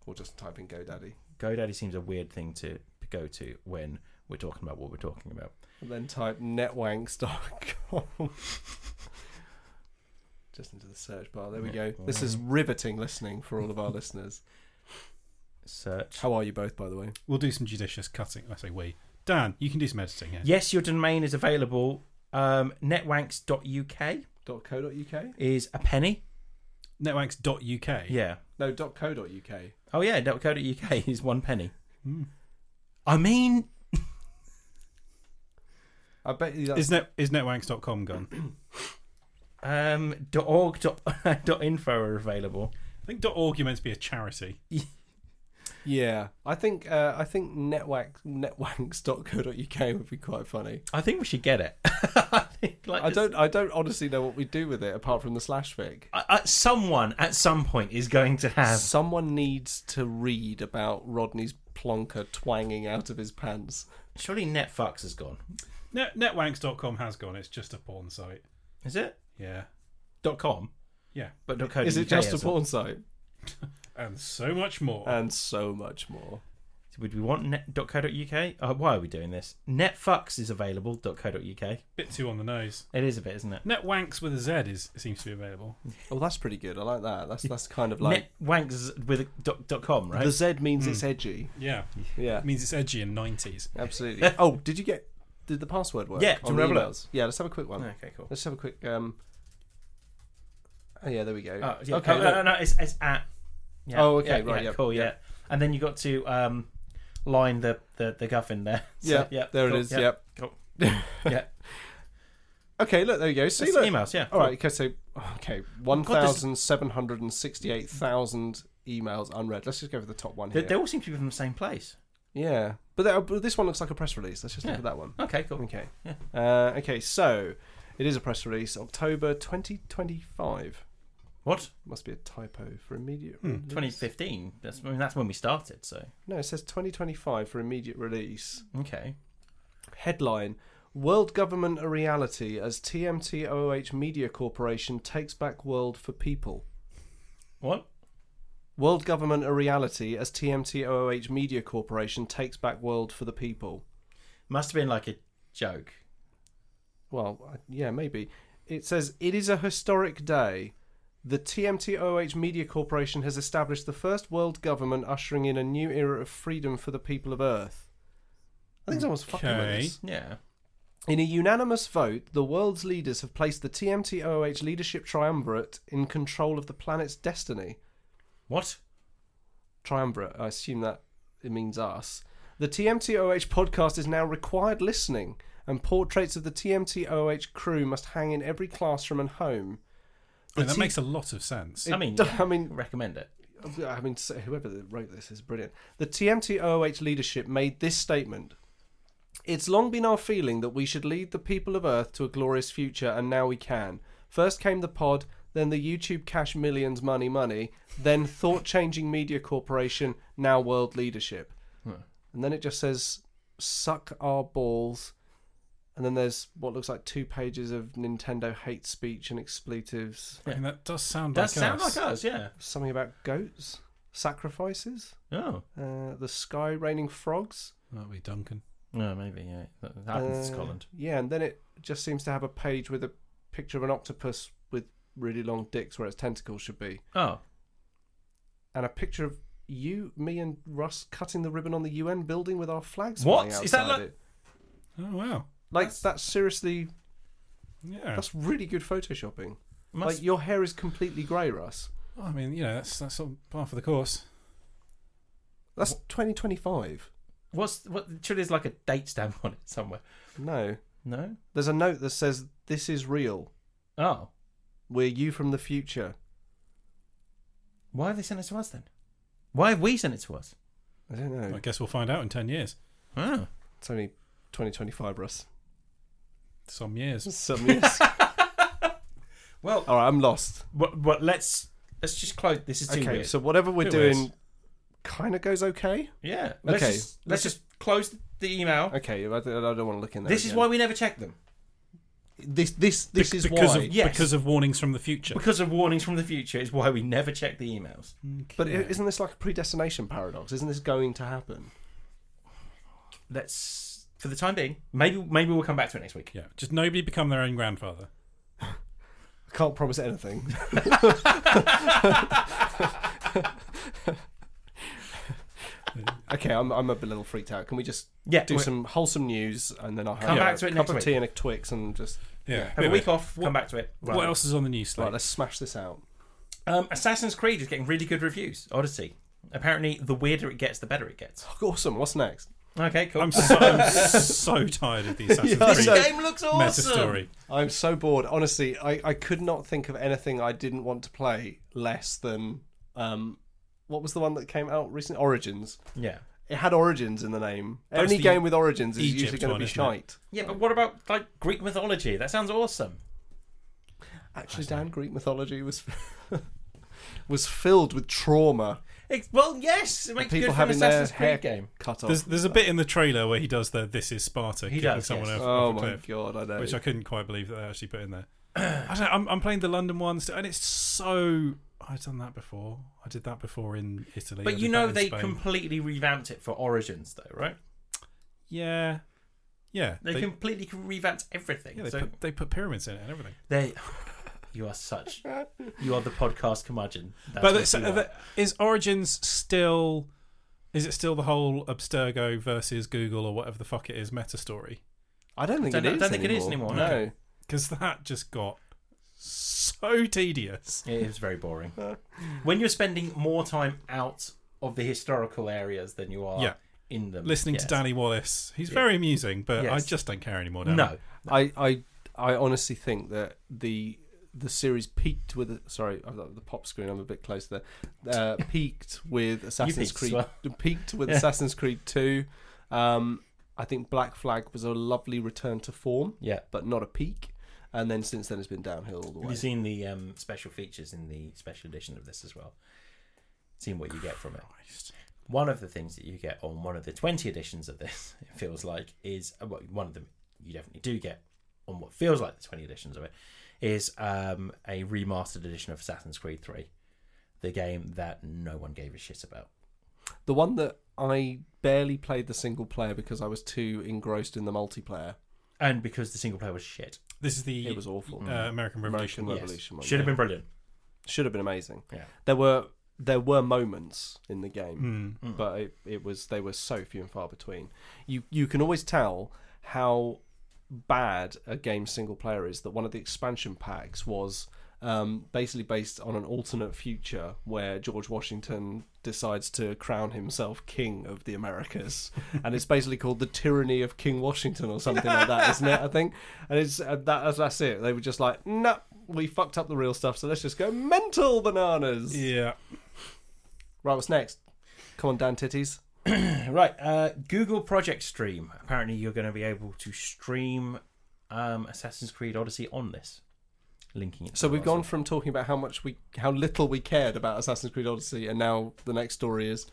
B: or just type in GoDaddy
C: GoDaddy seems a weird thing to go to when we're talking about what we're talking about.
B: and then type netwanks.com. just into the search bar. There we go. This is riveting listening for all of our listeners.
C: Search.
B: How are you both, by the way?
D: We'll do some judicious cutting. I say we. Dan, you can do some editing here.
C: Yes, your domain is available. Um, netwanks.uk
B: Dot co.uk?
C: is a penny.
D: Netwanks.uk.
C: Yeah.
B: No, dot co.uk.
C: Oh yeah, .co.uk is one penny. I mean,
B: I bet you that's
D: Is net is netwanks.com gone?
C: um, .org.info are available.
D: I think .org you're meant to be a charity.
B: Yeah, I think uh, I think netwank netwanks.co.uk would be quite funny.
C: I think we should get it. I think like
B: I don't I don't honestly know what we do with it apart from the slash fic.
C: I, I, someone at some point is going to have.
B: Someone needs to read about Rodney's plonker twanging out of his pants.
C: Surely Netfucks has gone.
D: Net- netwanks.com has gone. It's just a porn site.
C: Is it?
D: Yeah.
C: Dot com.
D: Yeah.
C: But dot co.
B: Is it just a porn site?
D: And so much more.
B: And so much more.
C: Would we want net- dot co. dot uk? Uh, why are we doing this? Netfucks is available. Dot co. dot uk.
D: Bit too on the nose.
C: It is a bit, isn't it?
D: Netwanks with a Z is seems to be available.
B: Oh, that's pretty good. I like that. That's that's kind of like
C: Netwanks with a dot, dot com, right? Hmm.
B: the Z means it's edgy.
D: Yeah.
B: Yeah,
D: It means it's edgy in 90s.
B: absolutely. oh, did you get did the password work?
C: Yeah, do
B: on
C: you
B: the
C: remember it?
B: emails? Yeah, let's have a quick one.
C: okay, cool.
B: Let's have a quick. um Oh yeah, there we go.
C: Oh, yeah.
B: Okay.
C: Okay.
B: look.
C: no, no, it's, it's at. Yeah,
B: Oh, okay,
C: yeah,
B: right,
C: Yeah,
B: yeah,
C: cool. Yeah.
B: yeah.
C: And then you got to um, line the the the guffin there. So,
B: yeah, there
C: cool,
B: it is. Yep.
C: Cool.
B: yeah. Okay, look, there you go. See,
C: That's
B: look.
C: emails. Yeah.
B: All right. Okay, so okay, one
C: God, this-
B: thousand seven hundred and sixty-eight thousand emails unread. Let's just go for the top one
C: They,
B: here.
C: they all seem to be from the same place.
B: Yeah, but, that, but this one looks like a press release. Let's just look
C: Yeah.
B: at that one.
C: Okay. Cool.
B: Okay.
C: Yeah.
B: Uh, okay, so it is a press release, October twenty twenty-five.
C: What?
B: Must be a typo for immediate.
D: Hmm.
B: release.
C: 2015. That's I mean, that's when we started. So
B: No, it says twenty twenty-five for immediate release.
C: okay.
B: Headline World Government a Reality as TMTOOH Media Corporation takes back world for people.
C: What?
B: World Government a Reality as TMTOOH Media Corporation takes back world for the people.
C: Must have been like a joke.
B: Well, I- yeah, maybe. It says it is a historic day. The TMTOH Media Corporation has established the first world government ushering in a new era of freedom for the people of Earth. I think someone's fucking with
D: Okay.
B: us.
C: Yeah.
B: In a unanimous vote, the world's leaders have placed the TMTOOH leadership triumvirate in control of the planet's destiny.
C: What?
B: Triumvirate, I assume that it means us. The TMTOOH podcast is now required listening, and portraits of the TMTOOH crew must hang in every classroom and home.
D: I mean, Oh, that
B: T-
D: makes a lot of sense.
C: I mean,
B: d-
C: yeah,
B: I mean-
C: recommend it.
B: I mean, so whoever that wrote this is brilliant. The TMTOOH leadership made this statement. It's long been our feeling that we should lead the people of Earth to a glorious future, and now we can. First came the pod, then the YouTube cash millions money money, then thought changing media corporation, now world leadership. And then it just says, suck our balls. And then there's what looks like two pages of Nintendo hate speech and expletives.
D: I mean, that does sound
C: That
D: like
C: sounds
D: us.
C: like us. Yeah.
B: Something about goats? Sacrifices?
C: Oh.
B: Uh, the sky raining frogs.
D: Aren't we, Duncan?
C: No, Oh, maybe. Yeah. That that happens in
B: Uh,
C: Scotland.
B: Yeah, and then it just seems to have a page with a picture of an octopus with really long dicks where its tentacles should be,
C: Oh.
B: and a picture of you, me, and Russ cutting the ribbon on the UN building with our flags.
C: What?
B: flying
C: Is that
B: outside
C: like-
B: it.
D: Oh, wow.
B: Like that's seriously
D: Yeah.
B: that's really good photoshopping.
C: Must
B: Like your hair is completely grey, Russ.
D: Well, I mean, you know, that's that's sort of par for the course.
B: That's twenty twenty five.
C: What's what? Surely there's like a date stamp on it somewhere.
B: No,
C: No.
B: there's a note that says this is real.
C: Oh,
B: We're you from the future.
C: why have they sent it to us then? Why have we sent it to us?
B: I don't know.
D: I guess we'll find out in ten years,
C: Oh,
B: It's only twenty twenty five, Russ.
D: some years.
B: Some years.
C: Well-
B: all right, I'm lost.
C: what? What? Let's let's just close. This is too
B: Okay,
C: weird.
B: so whatever we're
D: Too
B: doing, kind of goes okay.
C: yeah. Let's
B: Okay.
C: Just, let's just close the email.
B: Okay, I, don't- I don't want to look in there.
C: This is
B: again.
C: why we never check them
B: This this this is
D: because
B: why.
D: of
C: Yes.
D: because of warnings from the future.
C: because of warnings from the future. Is why we never check the emails.
B: But i- isn't this like a predestination paradox? Isn't this going to happen?
C: Let's for the time being. Maybe maybe we'll come back to it next week.
D: yeah, just nobody become their own grandfather.
B: I can't promise anything. okay, I'm I'm a little freaked out. Can we just
C: Yeah.
B: do
C: we-
B: some wholesome news and then I'll have
C: Come
B: a
C: back to it
B: cup
C: next
B: of
C: week.
B: tea and a Twix and just
D: Yeah,
C: Have a week off. Come back to it.
D: What else is on the news slate?
B: right. Let's smash this out.
C: Um, Assassin's Creed is getting really good reviews. Odyssey. Apparently, the weirder it gets, the better it gets.
B: Awesome. What's next?
C: Okay, cool.
D: I'm so, I'm so tired of the Assassin's
B: Yeah,
C: this
B: so-
D: Creed
C: game looks awesome.
D: meta story.
B: I'm so bored. Honestly, I, I could not think of anything I didn't want to play less than um, what was the one that came out recently? Origins.
C: Yeah.
B: It had Origins in the name.
D: That's
B: Any
D: the
B: game with Origins is
D: Egypt
B: usually going to
D: one,
B: be
D: isn't it?
B: shite.
C: Yeah,
D: Oh.
C: but what about like Greek mythology? That sounds awesome.
B: Actually, Dan, Greek mythology was was filled with trauma.
C: It's, well, yes, it makes
B: people
C: good for an
B: having their
C: Assassin's
B: hair
C: Creed game.
B: cut off.
D: There's there's a bit in the trailer where he does the "This is Sparta" kicking
C: does,
D: someone
C: yes.
D: off,
B: oh
D: off a
B: my
D: cliff,
B: god, I know.
D: which I couldn't quite believe that they actually put in there. I don't, I'm I'm playing the London ones, and it's so I've done that before. I did that before in Italy. I
C: But
D: did
C: you
D: that
C: know
D: in
C: they
D: Spain.
C: completely revamped it for Origins, though, right?
D: yeah yeah
C: They, completely revamped everything.
D: yeah they
C: so
D: put they put pyramids in it and everything.
C: they, you are such, you are the podcast curmudgeon. That's
D: but
C: what
D: it's,
C: you are.
D: uh, the- is Origins still? Is it still the whole Abstergo versus Google or whatever the fuck it is meta story?
B: I don't think
C: Don't-
B: it is.
C: don't think it is
B: anymore.
C: anymore, no.
D: Because that just got so tedious.
C: It was very boring. when you're spending more time out of the historical areas than you are
D: Yeah.
C: in them.
D: Listening
C: yes.
D: to Danny Wallace, he's very amusing, but
C: Yes.
D: I just don't care anymore. Danny.
C: No.
B: I, I I honestly think that the the series peaked with sorry I've got the pop screen I'm a bit close there uh, peaked with
C: peaked
B: Assassin's
C: as
B: Creed
C: well.
B: peaked with
C: Yeah.
B: Assassin's Creed Two. Um, I think Black Flag was a lovely return to form,
C: Yeah.
B: but not a peak. And then since then, it's been downhill all the
C: Have
B: way.
C: you seen the um, special features in the special edition of this as well? Seen what you get from it. One of the things that you get on one of the 20 editions of this, it feels like, is uh, well, one of them you definitely do get on what feels like the 20 editions of it, is um, a remastered edition of Assassin's Creed 3, the game that no one gave a shit about.
B: The one that I barely played the single player because I was too engrossed in the multiplayer.
C: And because the single player was shit.
D: This is the
B: It was awful.
D: uh, American
B: American
D: Revolution.
C: Mm. Yes.
B: Revolution one,
C: Should have been brilliant.
B: should have been amazing.
C: Yeah.
B: There were there were moments in the game,
D: Mm.
B: but it, it was they were so few and far between. You you can always tell how bad a game single player is that one of the expansion packs was um, basically based on an alternate future where George Washington decides to crown himself king of the Americas, and it's basically called the tyranny of King Washington or something like that, isn't it? I think, and it's uh, that that's it. They were just like, no, we fucked up the real stuff, so let's just go mental bananas.
D: Yeah.
B: Right, what's next? Come on, Dan Titties.
C: Right, uh, Google Project Stream. Apparently, you're going to be able to stream um, Assassin's Creed Odyssey on this, linking it. to
B: So
C: the
B: we've
C: last
B: gone
C: one.
B: from talking about how much we, how little we cared about Assassin's Creed Odyssey, and now the next story is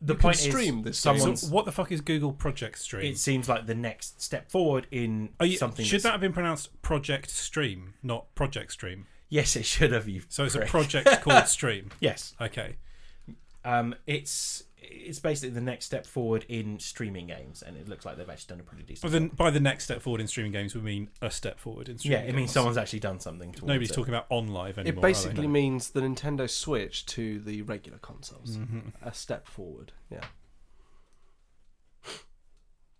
C: The
B: you can
C: point is
B: stream this.
D: So
C: someone's-
B: game.
D: what the fuck is Google Project Stream?
C: It seems like the next step forward in
D: Are you-
C: something.
D: should that
C: that's-
D: have been pronounced Project Stream, not Project Stream?
C: Yes, it should have. You.
D: So it's
C: prick.
D: a project called Stream.
C: Yes,
D: Okay.
C: um, it's it's basically the next step forward in streaming games, and it looks like they've actually done a pretty
D: But
C: decent.
D: then
C: job.
D: by the next step forward in streaming games, we mean a step forward in
C: yeah,
D: streaming
C: it means
D: games.
C: someone's actually done something. Towards
D: Nobody's
C: it.
D: talking about on live anymore.
B: It
D: are they?
B: basically means the Nintendo Switch to the regular consoles.
C: Mm-hmm.
B: A step forward. Yeah.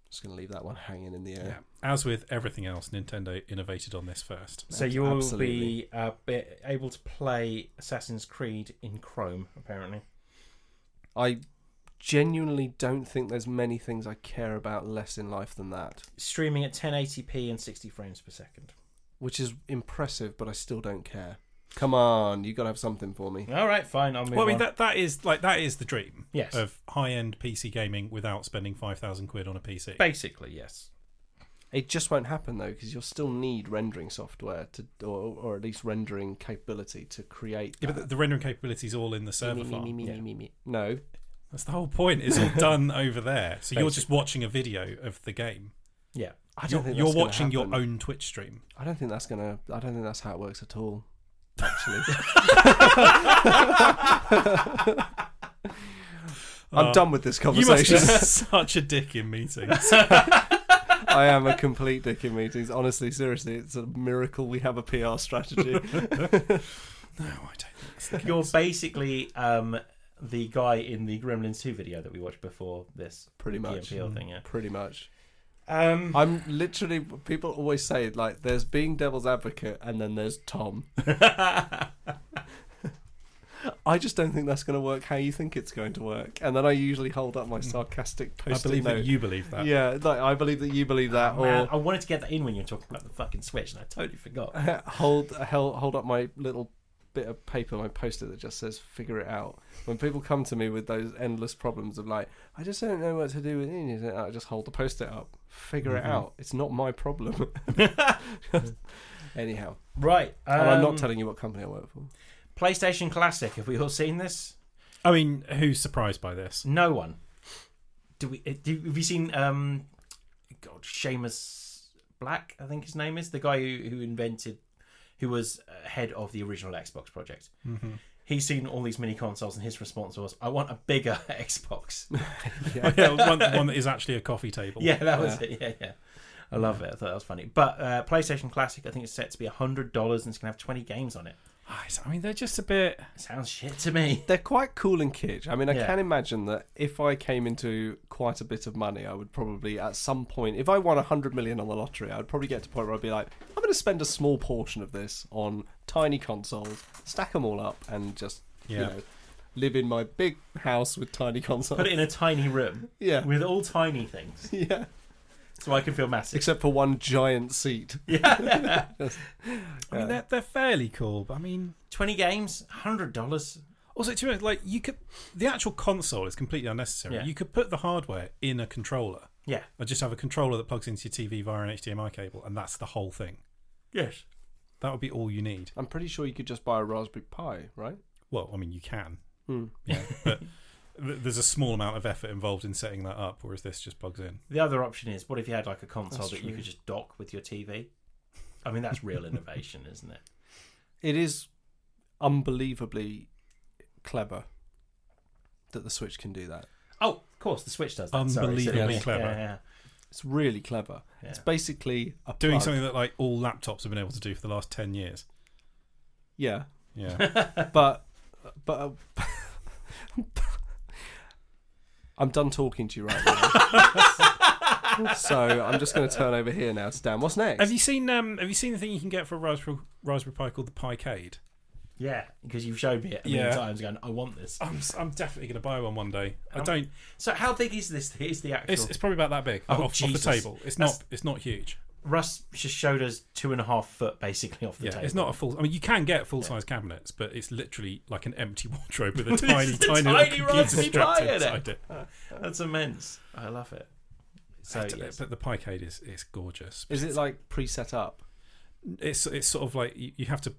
B: Just gonna leave that one hanging in the air.
D: Yeah. As with everything else, Nintendo innovated on this first.
C: So
B: Abs-
C: you'll
B: absolutely.
C: be, uh, be able to play Assassin's Creed in Chrome, apparently.
B: I genuinely don't think there's many things I care about less in life than that,
C: streaming at 1080p and 60 frames per second.
B: which is impressive, but I still don't care. Come on, you gotta have something for me.
C: All right, fine. I'll move
D: Well, I mean
C: on.
D: that that is like that is the dream
C: Yes.
D: of high-end PC gaming without spending five thousand quid on a PC.
C: Basically, yes.
B: It just won't happen though, because you'll still need rendering software to, or, or at least rendering capability to create.
D: Yeah, but the,
B: that.
D: the rendering capability is all in the server
B: Me, me, me,
D: farm.
B: me,
C: yeah.
B: me, me, me. No,
D: That's the whole point. It's all done over there. So you're just watching a video of the game.
C: Yeah.
B: I don't
D: You're,
B: think
D: you're
B: that's gonna
D: watching your
B: happen.
D: own Twitch stream.
B: I don't think that's gonna. I don't think that's how it works at all. Actually, I'm
D: Uh,
B: done with this
D: You must be
B: conversation.
D: such a dick in meetings.
B: I am a complete dick in meetings. Honestly, seriously, it's a miracle we have a PR strategy.
D: No, I don't.
C: You're basically um, the guy in the Gremlins 2 video that we watched before this
B: Pretty much.
C: PMPL thing, yeah.
B: Pretty much.
C: Um,
B: I'm literally. People always say like, "There's being devil's advocate, and then there's Tom."
C: Um,
B: I just don't think that's going to work how you think it's going to work, and then I usually hold up my sarcastic
D: Hmm. I
B: post.
D: believe
B: note.
D: that you believe that. Oh,
B: Yeah, like I believe that you believe that,
C: man,
B: or
C: I wanted to get that in when you were talking about the fucking Switch, and I totally forgot.
B: hold hel- hold up my little bit of paper on my post-it that just says "figure it out." When people come to me with those endless problems of like, I just don't know what to do with it, I just hold the post-it up, figure
D: Mm-hmm.
B: it out. It's not my problem. Anyhow,
C: Right.
B: and I'm not
C: um,
B: telling you what company I work for.
C: PlayStation Classic. Have we all seen this?
D: I mean, who's surprised by this?
C: No one. Do we? uh, Do, have you seen? Um, God, Seamus Black, I think his name is the guy who, who invented, who was uh, head of the original Xbox project. He's seen all these mini consoles, and his response was, "I want a bigger Xbox."
D: Oh, yeah, one, one that is actually a coffee table.
C: yeah, that was it. Yeah, yeah. I love it. I thought that was funny. But uh, PlayStation Classic, I think it's set to be hundred dollars, and it's gonna have twenty games on it.
D: Ah, it's- I mean, they're just a bit.
C: Sounds shit to me.
B: They're quite cool and kitsch. I mean, I
C: Yeah.
B: can imagine that if I came into quite a bit of money, I would probably at some point, if I won 100 million on the lottery, I'd probably get to a point where I'd be like, I'm going to spend a small portion of this on tiny consoles, stack them all up, and just, you
D: Yeah.
B: know, live in my big house with tiny consoles.
C: Put it in a tiny room
B: yeah.
C: with all tiny things,
B: yeah.
C: so I can feel massive.
B: Except for one giant seat.
C: Yeah.
D: I mean, they're, they're fairly cool, but I mean,
C: 20 games, $100.
D: also to be honest, like you could, the actual console is completely unnecessary.
C: Yeah.
D: You could put the hardware in a controller.
C: Yeah.
D: Or just have a controller that plugs into your TV via an HDMI cable, and that's the whole thing.
C: Yes.
D: That would be all you need.
B: I'm pretty sure you could just buy a Raspberry Pi, right?
D: Well, I mean, you can.
B: Hmm.
D: Yeah, but th- there's a small amount of effort involved in setting that up, whereas this just plugs in.
C: The other option is what if you had like a console
B: That's
C: that you
B: true.
C: could just dock with your TV? I mean, that's real innovation, isn't it?
B: it is unbelievably clever that the Switch can do that.
C: Oh, of course, the Switch does that. Sorry,
D: Unbelievably
C: silly me.
D: clever.
C: Yeah, yeah,
B: It's really clever.
C: yeah.
B: It's basically a
D: Doing
B: plug.
D: something that like all laptops have been able to do for the last ten years.
B: Yeah,
D: Yeah,
B: but but uh, I'm done talking to you right now. so I'm just going to turn over here now to Dan. What's next?
D: have you seen um? Have you seen the thing you can get for a Raspberry Raspberry Pi called the Picade?
C: Yeah, because you've showed me it a
D: Yeah.
C: million times going, I want this.
D: I'm s- I'm definitely gonna buy one one day. I
C: How-
D: don't.
C: So, how big is this? Is the actual.
D: It's, it's probably about that big
C: Oh,
D: like, off, off the
C: Jesus.
D: table. It's
C: That's-
D: not. It's not huge.
C: Russ just showed us two and a half foot basically off the
D: Yeah,
C: table.
D: it's not a full. I mean, you can get full size cabinets, but it's literally like an empty wardrobe with a tiny,
C: It's a
D: tiny,
C: tiny
D: little computer
C: Raspberry Pi
D: strapped
C: in it.
D: inside it.
C: That's immense. I love it. So,
D: I don't know,
C: yes.
D: But the Picade is is gorgeous.
B: Is it like pre-set up?
D: it's it's sort of like you, you have to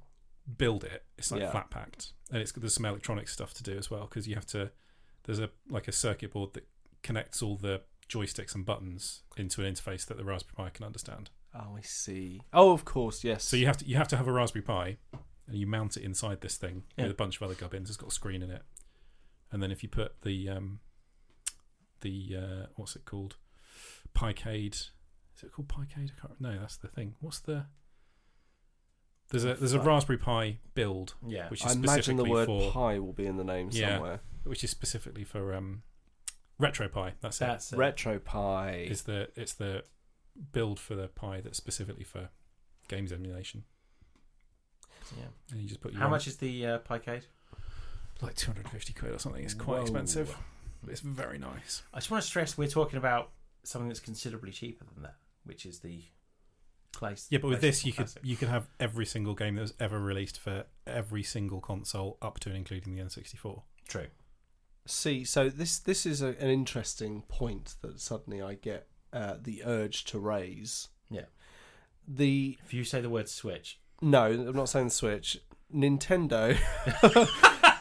D: build it. It's like
B: Yeah.
D: flat packed, and it's there's some electronic stuff to do as well because you have to. There's a like a circuit board that connects all the joysticks and buttons into an interface that the Raspberry Pi can understand.
B: Oh, I see. Oh, of course, yes.
D: So you have to you have to have a Raspberry Pi, and you mount it inside this thing
C: Yeah.
D: with a bunch of other gubbins. It's got a screen in it, and then if you put the um, the uh, what's it called, Picade? Is it called Picade? I can't. No, that's the thing. What's the there's a there's a
B: Fuck.
D: Raspberry Pi build
C: yeah.
D: which is
B: I imagine the
D: specifically
B: word
D: for
B: "pie" will be in the name
D: Yeah.
B: somewhere.
D: which is specifically for um, RetroPie. That's it.
C: That's it.
B: Retro pie.
D: It's the it's the build for the Pi that's specifically for games emulation.
C: Yeah.
D: And you just put your
C: How
D: own-
C: much is the uh, Picade?
D: like 250 quid or something. It's quite
B: Whoa.
D: expensive. But it's very nice.
C: I just want to stress we're talking about something that's considerably cheaper than that, which is the place.
D: Yeah, but with this,
C: PlayStation
D: you could
C: Classic.
D: you could have every single game that was ever released for every single console, up to and including the N64.
C: true.
B: See, so this this is a, an interesting point that suddenly I get uh, the urge to raise.
C: Yeah.
B: The
C: If you say the word Switch,
B: no, I'm not saying the Switch. Nintendo.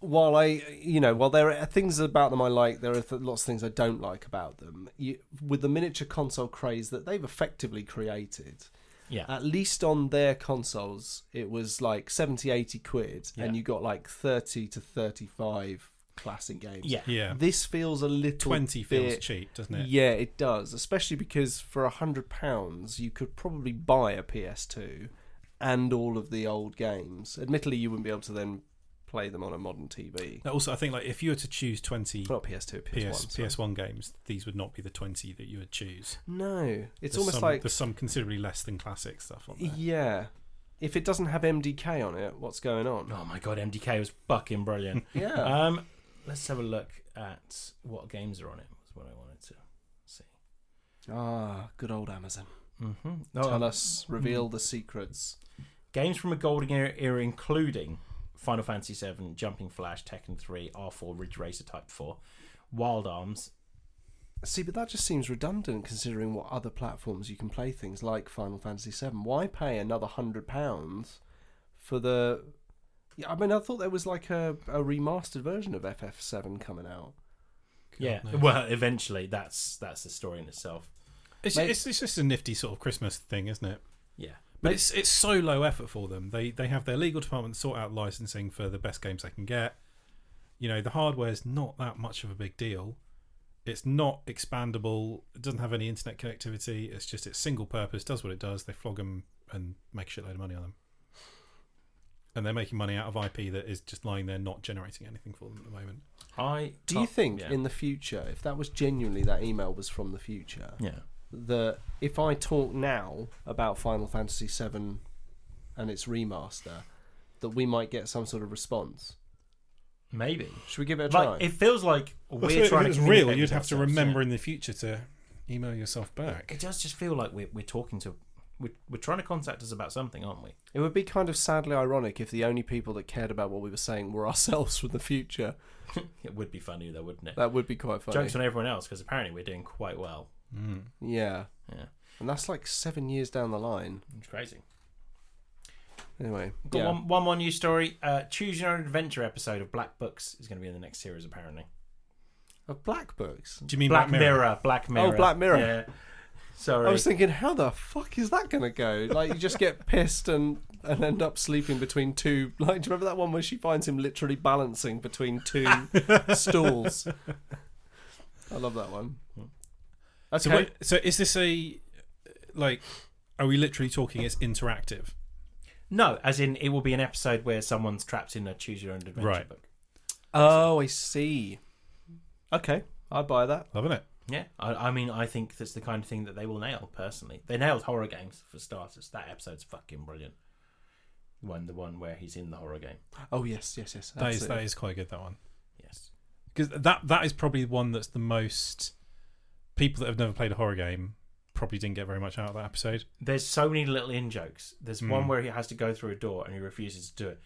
B: while I, you know, while there are things about them I like, there are th- lots of things I don't like about them. You, with the miniature console craze that they've effectively created,
C: yeah,
D: Uh,
B: at least on their consoles it was like 70 80 quid
C: Yeah.
B: and you got like 30 to 35 classic games
C: yeah,
D: Yeah,
B: this feels a little
D: 20 feels
B: bit,
D: cheap, doesn't it?
B: yeah it does especially because for a hundred pounds you could probably buy a ps2 and all of the old games admittedly you wouldn't be able to then play them on a modern tv
D: Now, also, I think like if you were to choose 20
B: not ps2 ps1
D: PS
B: sorry.
D: PS1 games, these would not be the 20 that you would choose.
B: no it's
D: There's
B: almost
D: some,
B: like
D: there's some considerably less than classic stuff on there.
B: yeah if it doesn't have mdk on it what's going on
C: Oh my god, MDK was fucking brilliant.
B: yeah
C: um, let's have a look at what games are on it. Was what I wanted to see.
B: ah good old amazon
C: Mm-hmm.
D: Oh,
C: hmm.
B: Tell us, reveal the secrets.
C: Games from a golden era, era including Final Fantasy VII, Jumping Flash, Tekken 3, R4, Ridge Racer Type 4, Wild Arms.
B: See, but that just seems redundant considering what other platforms you can play things like Final Fantasy VII. Why pay another hundred pounds for the? Yeah, I mean, I thought there was like a, a remastered version of FF7 coming out.
C: yeah.
D: no.
C: Well, eventually, that's that's the story in itself.
D: It's,
B: Mate-
D: it's, it's just a nifty sort of Christmas thing, isn't it?
C: Yeah.
D: But it's it's so low effort for them. They they have their legal department sort out licensing for the best games they can get. You know, the hardware's not that much of a big deal. It's not expandable. It doesn't have any internet connectivity. It's just its single purpose does what it does. They flog them and make a shitload of money on them. And they're making money out of IP that is just lying there, not generating anything for them at the moment.
C: I
B: Do you
C: can't-
B: think
C: yeah.
B: in the future, if that was genuinely that email was from the future,
C: yeah.
B: that if I talk now about Final Fantasy VII and its remaster, that we might get some sort of response?
C: Maybe.
B: Should we give it a
C: Like,
B: try?
C: it feels like
D: Well,
C: we're
D: so
C: trying
D: if it's
C: to.
D: real,
C: communicate
D: you'd
C: with
D: have to
C: ourselves,
D: remember
C: yeah.
D: in the future to email yourself
C: It
D: back.
C: does just feel like we're, we're talking to. We're, we're trying to contact us about something, aren't we?
B: It would be kind of sadly ironic if the only people that cared about what we were saying were ourselves from the future.
C: It would be funny, though, wouldn't it?
B: That would be quite funny.
C: Jokes on everyone else because apparently we're doing quite well.
D: Mm.
B: Yeah.
C: Yeah.
B: And that's like seven years down the line.
C: It's crazy.
B: Anyway.
C: Got
B: yeah.
C: one, one more news story. Uh, Choose Your Own Adventure episode of Black Books is going to be in the next series, apparently.
B: Of Black Books.
D: Do you mean
C: Black, Mirror. Black Mirror.
B: Oh, Black Mirror.
C: Yeah. Sorry.
B: I was thinking, how the fuck is that going to go? Like, you just get pissed and, and end up sleeping between two. Like, do you remember that one where she finds him literally balancing between two stools? I love that one. Okay.
D: So, wait, so is this a like? Are we literally talking? It's interactive.
C: no, as in it will be an episode where someone's trapped in a Choose Your Own Adventure
D: Right.
C: book.
B: oh, I see. Okay, I buy that.
D: Loving it.
C: Yeah. I, I mean, I think that's the kind of thing that they will nail, personally. They nailed horror games, for starters. That episode's fucking brilliant. The One, the one where he's in the horror game.
B: Oh, yes, yes, yes.
D: That is
B: absolutely.
D: that is quite good. That one
C: Yes.
D: because that that is probably one that's the most people that have never played a horror game probably didn't get very much out of that episode.
C: there's so many little in jokes. There's
D: Mm.
C: one where he has to go through a door and he refuses to do it,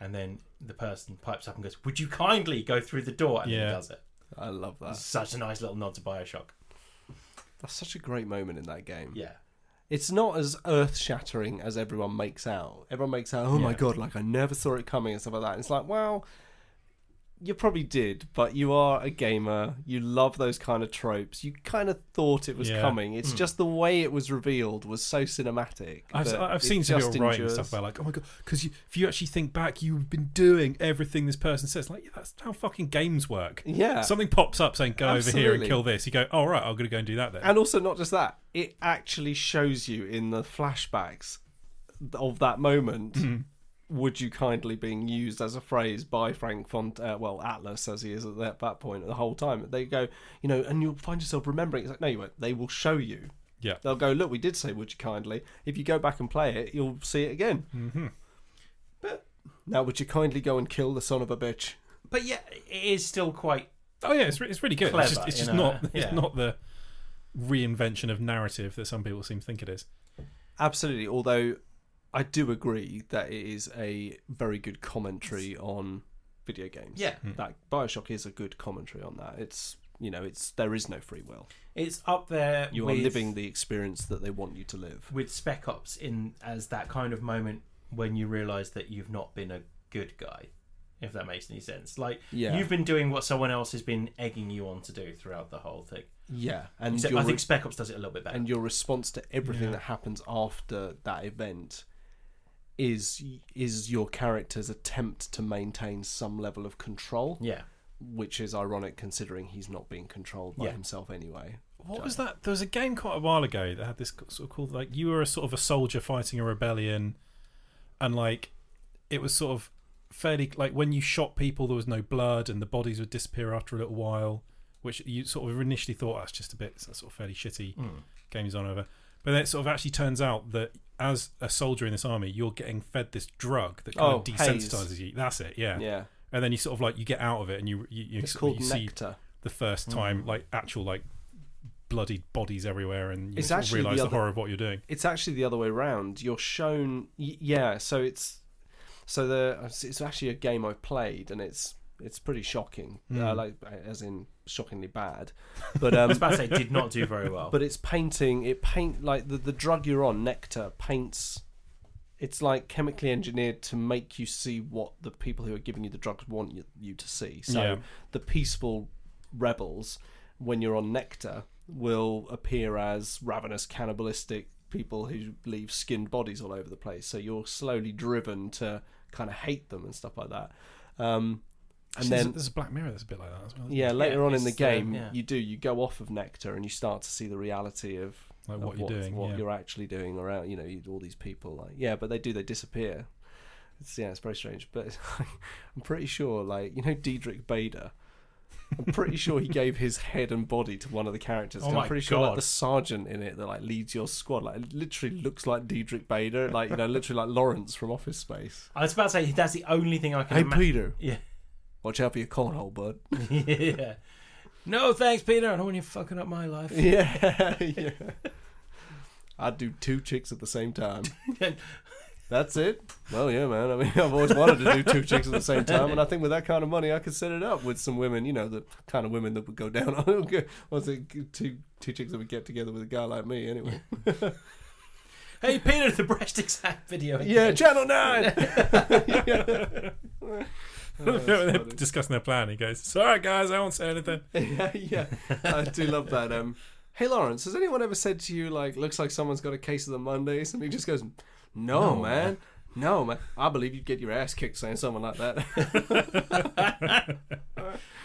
C: and then the person pipes up and goes, "Would you kindly go through the door?" And then
D: Yeah.
C: he does it.
B: I love
C: It's
B: that.
C: such a nice little nod to Bioshock.
B: That's such a great moment in that game.
C: Yeah,
B: It's not as earth shattering as everyone makes out. Everyone makes out, oh my
C: Yeah.
B: god, like I never saw it coming and stuff like that. And it's like, well, you probably did, but you are a gamer. You love those kind of tropes. You kind of thought it was
D: Yeah. Hmm.
B: coming. It's just the way it was revealed was so cinematic.
D: I've,
B: that
D: I've
B: it
D: seen some people
B: just
D: writing
B: endures.
D: stuff about like, oh my god, because if you actually think back, you've been doing everything this person says. Like, yeah, that's how fucking games work.
B: Yeah.
D: Something pops up saying, go over here and
B: Absolutely.
D: kill this. You go, all right, I'm gonna go and do that then.
B: and also, not just that, it actually shows you in the flashbacks of that moment. Would you kindly being used as a phrase by Frank Font, uh, well Atlas as he is at that, that point the whole time. They go, you know, and you'll find yourself remembering. It's like no, you won't. They will show you.
D: Yeah.
B: They'll go, look, we did say would you kindly. If you go back and play it, you'll see it again.
D: Mm-hmm.
B: Now, would you kindly go and kill the son of a bitch?
C: but yeah, it is still quite.
D: Oh yeah, it's, re- it's really good.
C: Clever,
D: it's just, it's
C: you
D: just
C: know,
D: not
C: yeah.
D: it's not the reinvention of narrative that some people seem to think it is.
B: Absolutely. Although I do agree that it is a very good commentary on video games.
C: Yeah,
B: That Bioshock is a good commentary on that. It's you know, it's there is no free will.
C: it's up there.
B: You
C: with,
B: are living the experience that they want you to live.
C: with Spec Ops in as that kind of moment when you realise that you've not been a good guy, if that makes any sense. Like
B: Yeah.
C: you've been doing what someone else has been egging you on to do throughout the whole thing.
B: Yeah, and
C: Except
B: your
C: I think
B: re-
C: Spec Ops does it a little bit better.
B: and your response to everything
D: Yeah.
B: that happens after that event is is your character's attempt to maintain some level of control,
C: yeah.
B: which is ironic considering he's not being controlled by
C: Yeah.
B: himself anyway.
D: What was that? There was a game quite a while ago that had this sort of called like you were a sort of a soldier fighting a rebellion, and like it was sort of fairly like when you shot people, there was no blood and the bodies would disappear after a little while, which you sort of initially thought "Oh, that's just a bit that's sort of fairly shitty game design or whatever. But then it sort of actually turns out that as a soldier in this army, you're getting fed this drug that kind
B: Oh,
D: of
B: haze.
D: desensitizes you. That's it, yeah.
B: Yeah.
D: And then you sort of like you get out of it and you you, you,
B: It's Hmm.
D: sort of-
B: called
D: you see
B: Nectar.
D: the first time like actual like bloody bodies everywhere, and you
B: It's
D: sort of
B: actually the
D: realise the,
B: other-
D: horror of what you're doing.
B: it's actually the other way round. You're shown, y- yeah. So it's so the it's it's actually a game I've played, and it's it's pretty shocking, uh, like as in shockingly bad. But
C: I was
B: um,
C: about to say did not do very well.
B: but it's painting. It paint like the the drug you're on, nectar, paints. It's like chemically engineered to make you see what the people who are giving you the drugs want you, you to see. So
D: Yeah.
B: the peaceful rebels, when you're on nectar, will appear as ravenous, cannibalistic people who leave skinned bodies all over the place. So you're slowly driven to kind of hate them and stuff like that. Um, and
D: Actually,
B: then
D: there's, there's a Black Mirror that's a bit like that as well. isn't
B: yeah,
D: it?
B: later
C: Yeah,
B: on in the
C: it's, uh,
B: game,
C: yeah.
B: you do you go off of nectar and you start to see the reality of
D: like
B: of
D: what, you're doing.
B: what
D: yeah.
B: you're actually doing around. You know, you, all these people, like yeah, but they do they disappear. It's yeah, it's very strange. But it's like, I'm pretty sure, like you know, Diedrich Bader. I'm pretty sure he gave his head and body to one of the characters.
C: Oh
B: I'm
C: my
B: pretty sure like
C: God.
B: the sergeant in it that like leads your squad, like literally looks like Diedrich Bader, like you know, literally like Lawrence from Office Space.
C: I was about to say that's the only thing I can.
B: Hey
C: ima-
B: Peter,
C: Yeah.
B: watch out for your cornhole, bud.
C: yeah. No, thanks, Peter. I don't want you fucking up my life.
B: yeah, yeah. I'd do two chicks at the same time. That's it. Well, yeah, man. I mean, I've always wanted to do two chicks at the same time, and I think with that kind of money, I could set it up with some women. You know, the kind of women that would go down on. Was it two two chicks that would get together with a guy like me? Anyway.
C: Hey, Peter, the breast exact video.
B: Yeah, Channel Nine. yeah.
D: they're discussing their plan. He goes, "Sorry guys, I won't say anything."
B: yeah, yeah. I do love that. Um, hey Lawrence, has anyone ever said to you like, "Looks like someone's got a case of the Mondays," and he just goes, "No, man. No, man. I believe you'd get your ass kicked saying something like that."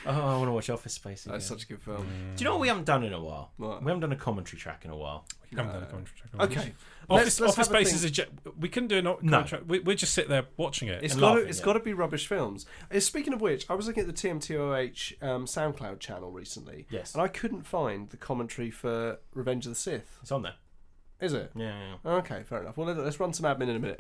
C: Oh, I want to watch Office Space again.
B: That's such a good film.
C: Do you know what we haven't done in a while?
B: What?
C: We haven't done a commentary track in a while.
D: We haven't done a commentary track on this.
B: Okay,
D: Office,
B: let's have
D: office
B: a
D: Space
B: think.
D: is a. ge- We couldn't do an
C: No.
D: no. We, we just sit there watching it.
B: It's
D: and
B: got to,
D: laughing
B: it's
D: at
B: got to be rubbish films. Uh, Speaking of which, I was looking at the TMTOH um, SoundCloud channel recently,
C: Yes.
B: and I couldn't find the commentary for Revenge of the Sith.
C: It's on there.
B: Is it?
C: Yeah, yeah, yeah.
B: Okay, fair enough. Well, let- let's run some admin in a minute.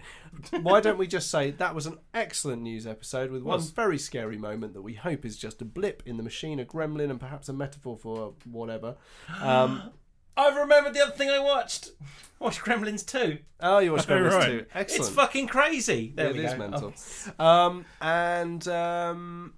B: Why don't we just say that was an excellent news episode with one
C: Was.
B: very scary moment that we hope is just a blip in the machine, a gremlin, and perhaps a metaphor for whatever. Um,
C: I've remembered the other thing I watched. I watched Gremlins 2.
B: oh, you watched
D: Oh,
B: Gremlins
D: right.
B: too. Excellent.
C: It's fucking crazy. There
B: It
C: we
B: is
C: go.
B: mental.
C: Oh.
B: Um, and um,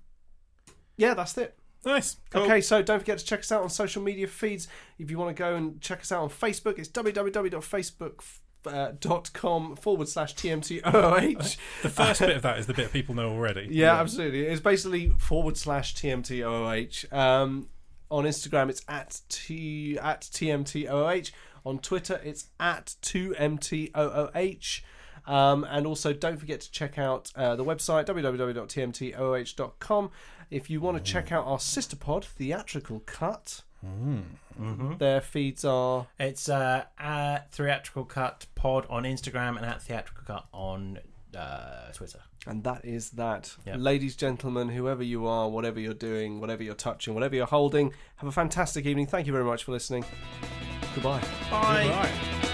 B: yeah, that's it.
D: Nice. Cool.
B: Okay, so don't forget to check us out on social media feeds. If you want to go and check us out on Facebook, it's www.facebook.com uh, forward slash TMTOOH.
D: The first bit of that is the bit people know already.
B: Yeah, absolutely. It's basically forward slash TMTOOH. Um, on Instagram, it's at, t- at TMTOOH. On Twitter, it's at 2MTOOH. Um, and also, don't forget to check out uh, the website, www.tmtooh.com. If you want to check out our sister pod, Theatrical Cut, their feeds are.
C: It's uh, at Theatrical Cut Pod on Instagram and at Theatrical Cut on uh, Twitter.
B: And that is that.
C: Yeah.
B: Ladies, gentlemen, whoever you are, whatever you're doing, whatever you're touching, whatever you're holding, have a fantastic evening. Thank you very much for listening. Goodbye.
C: Bye.
D: Right.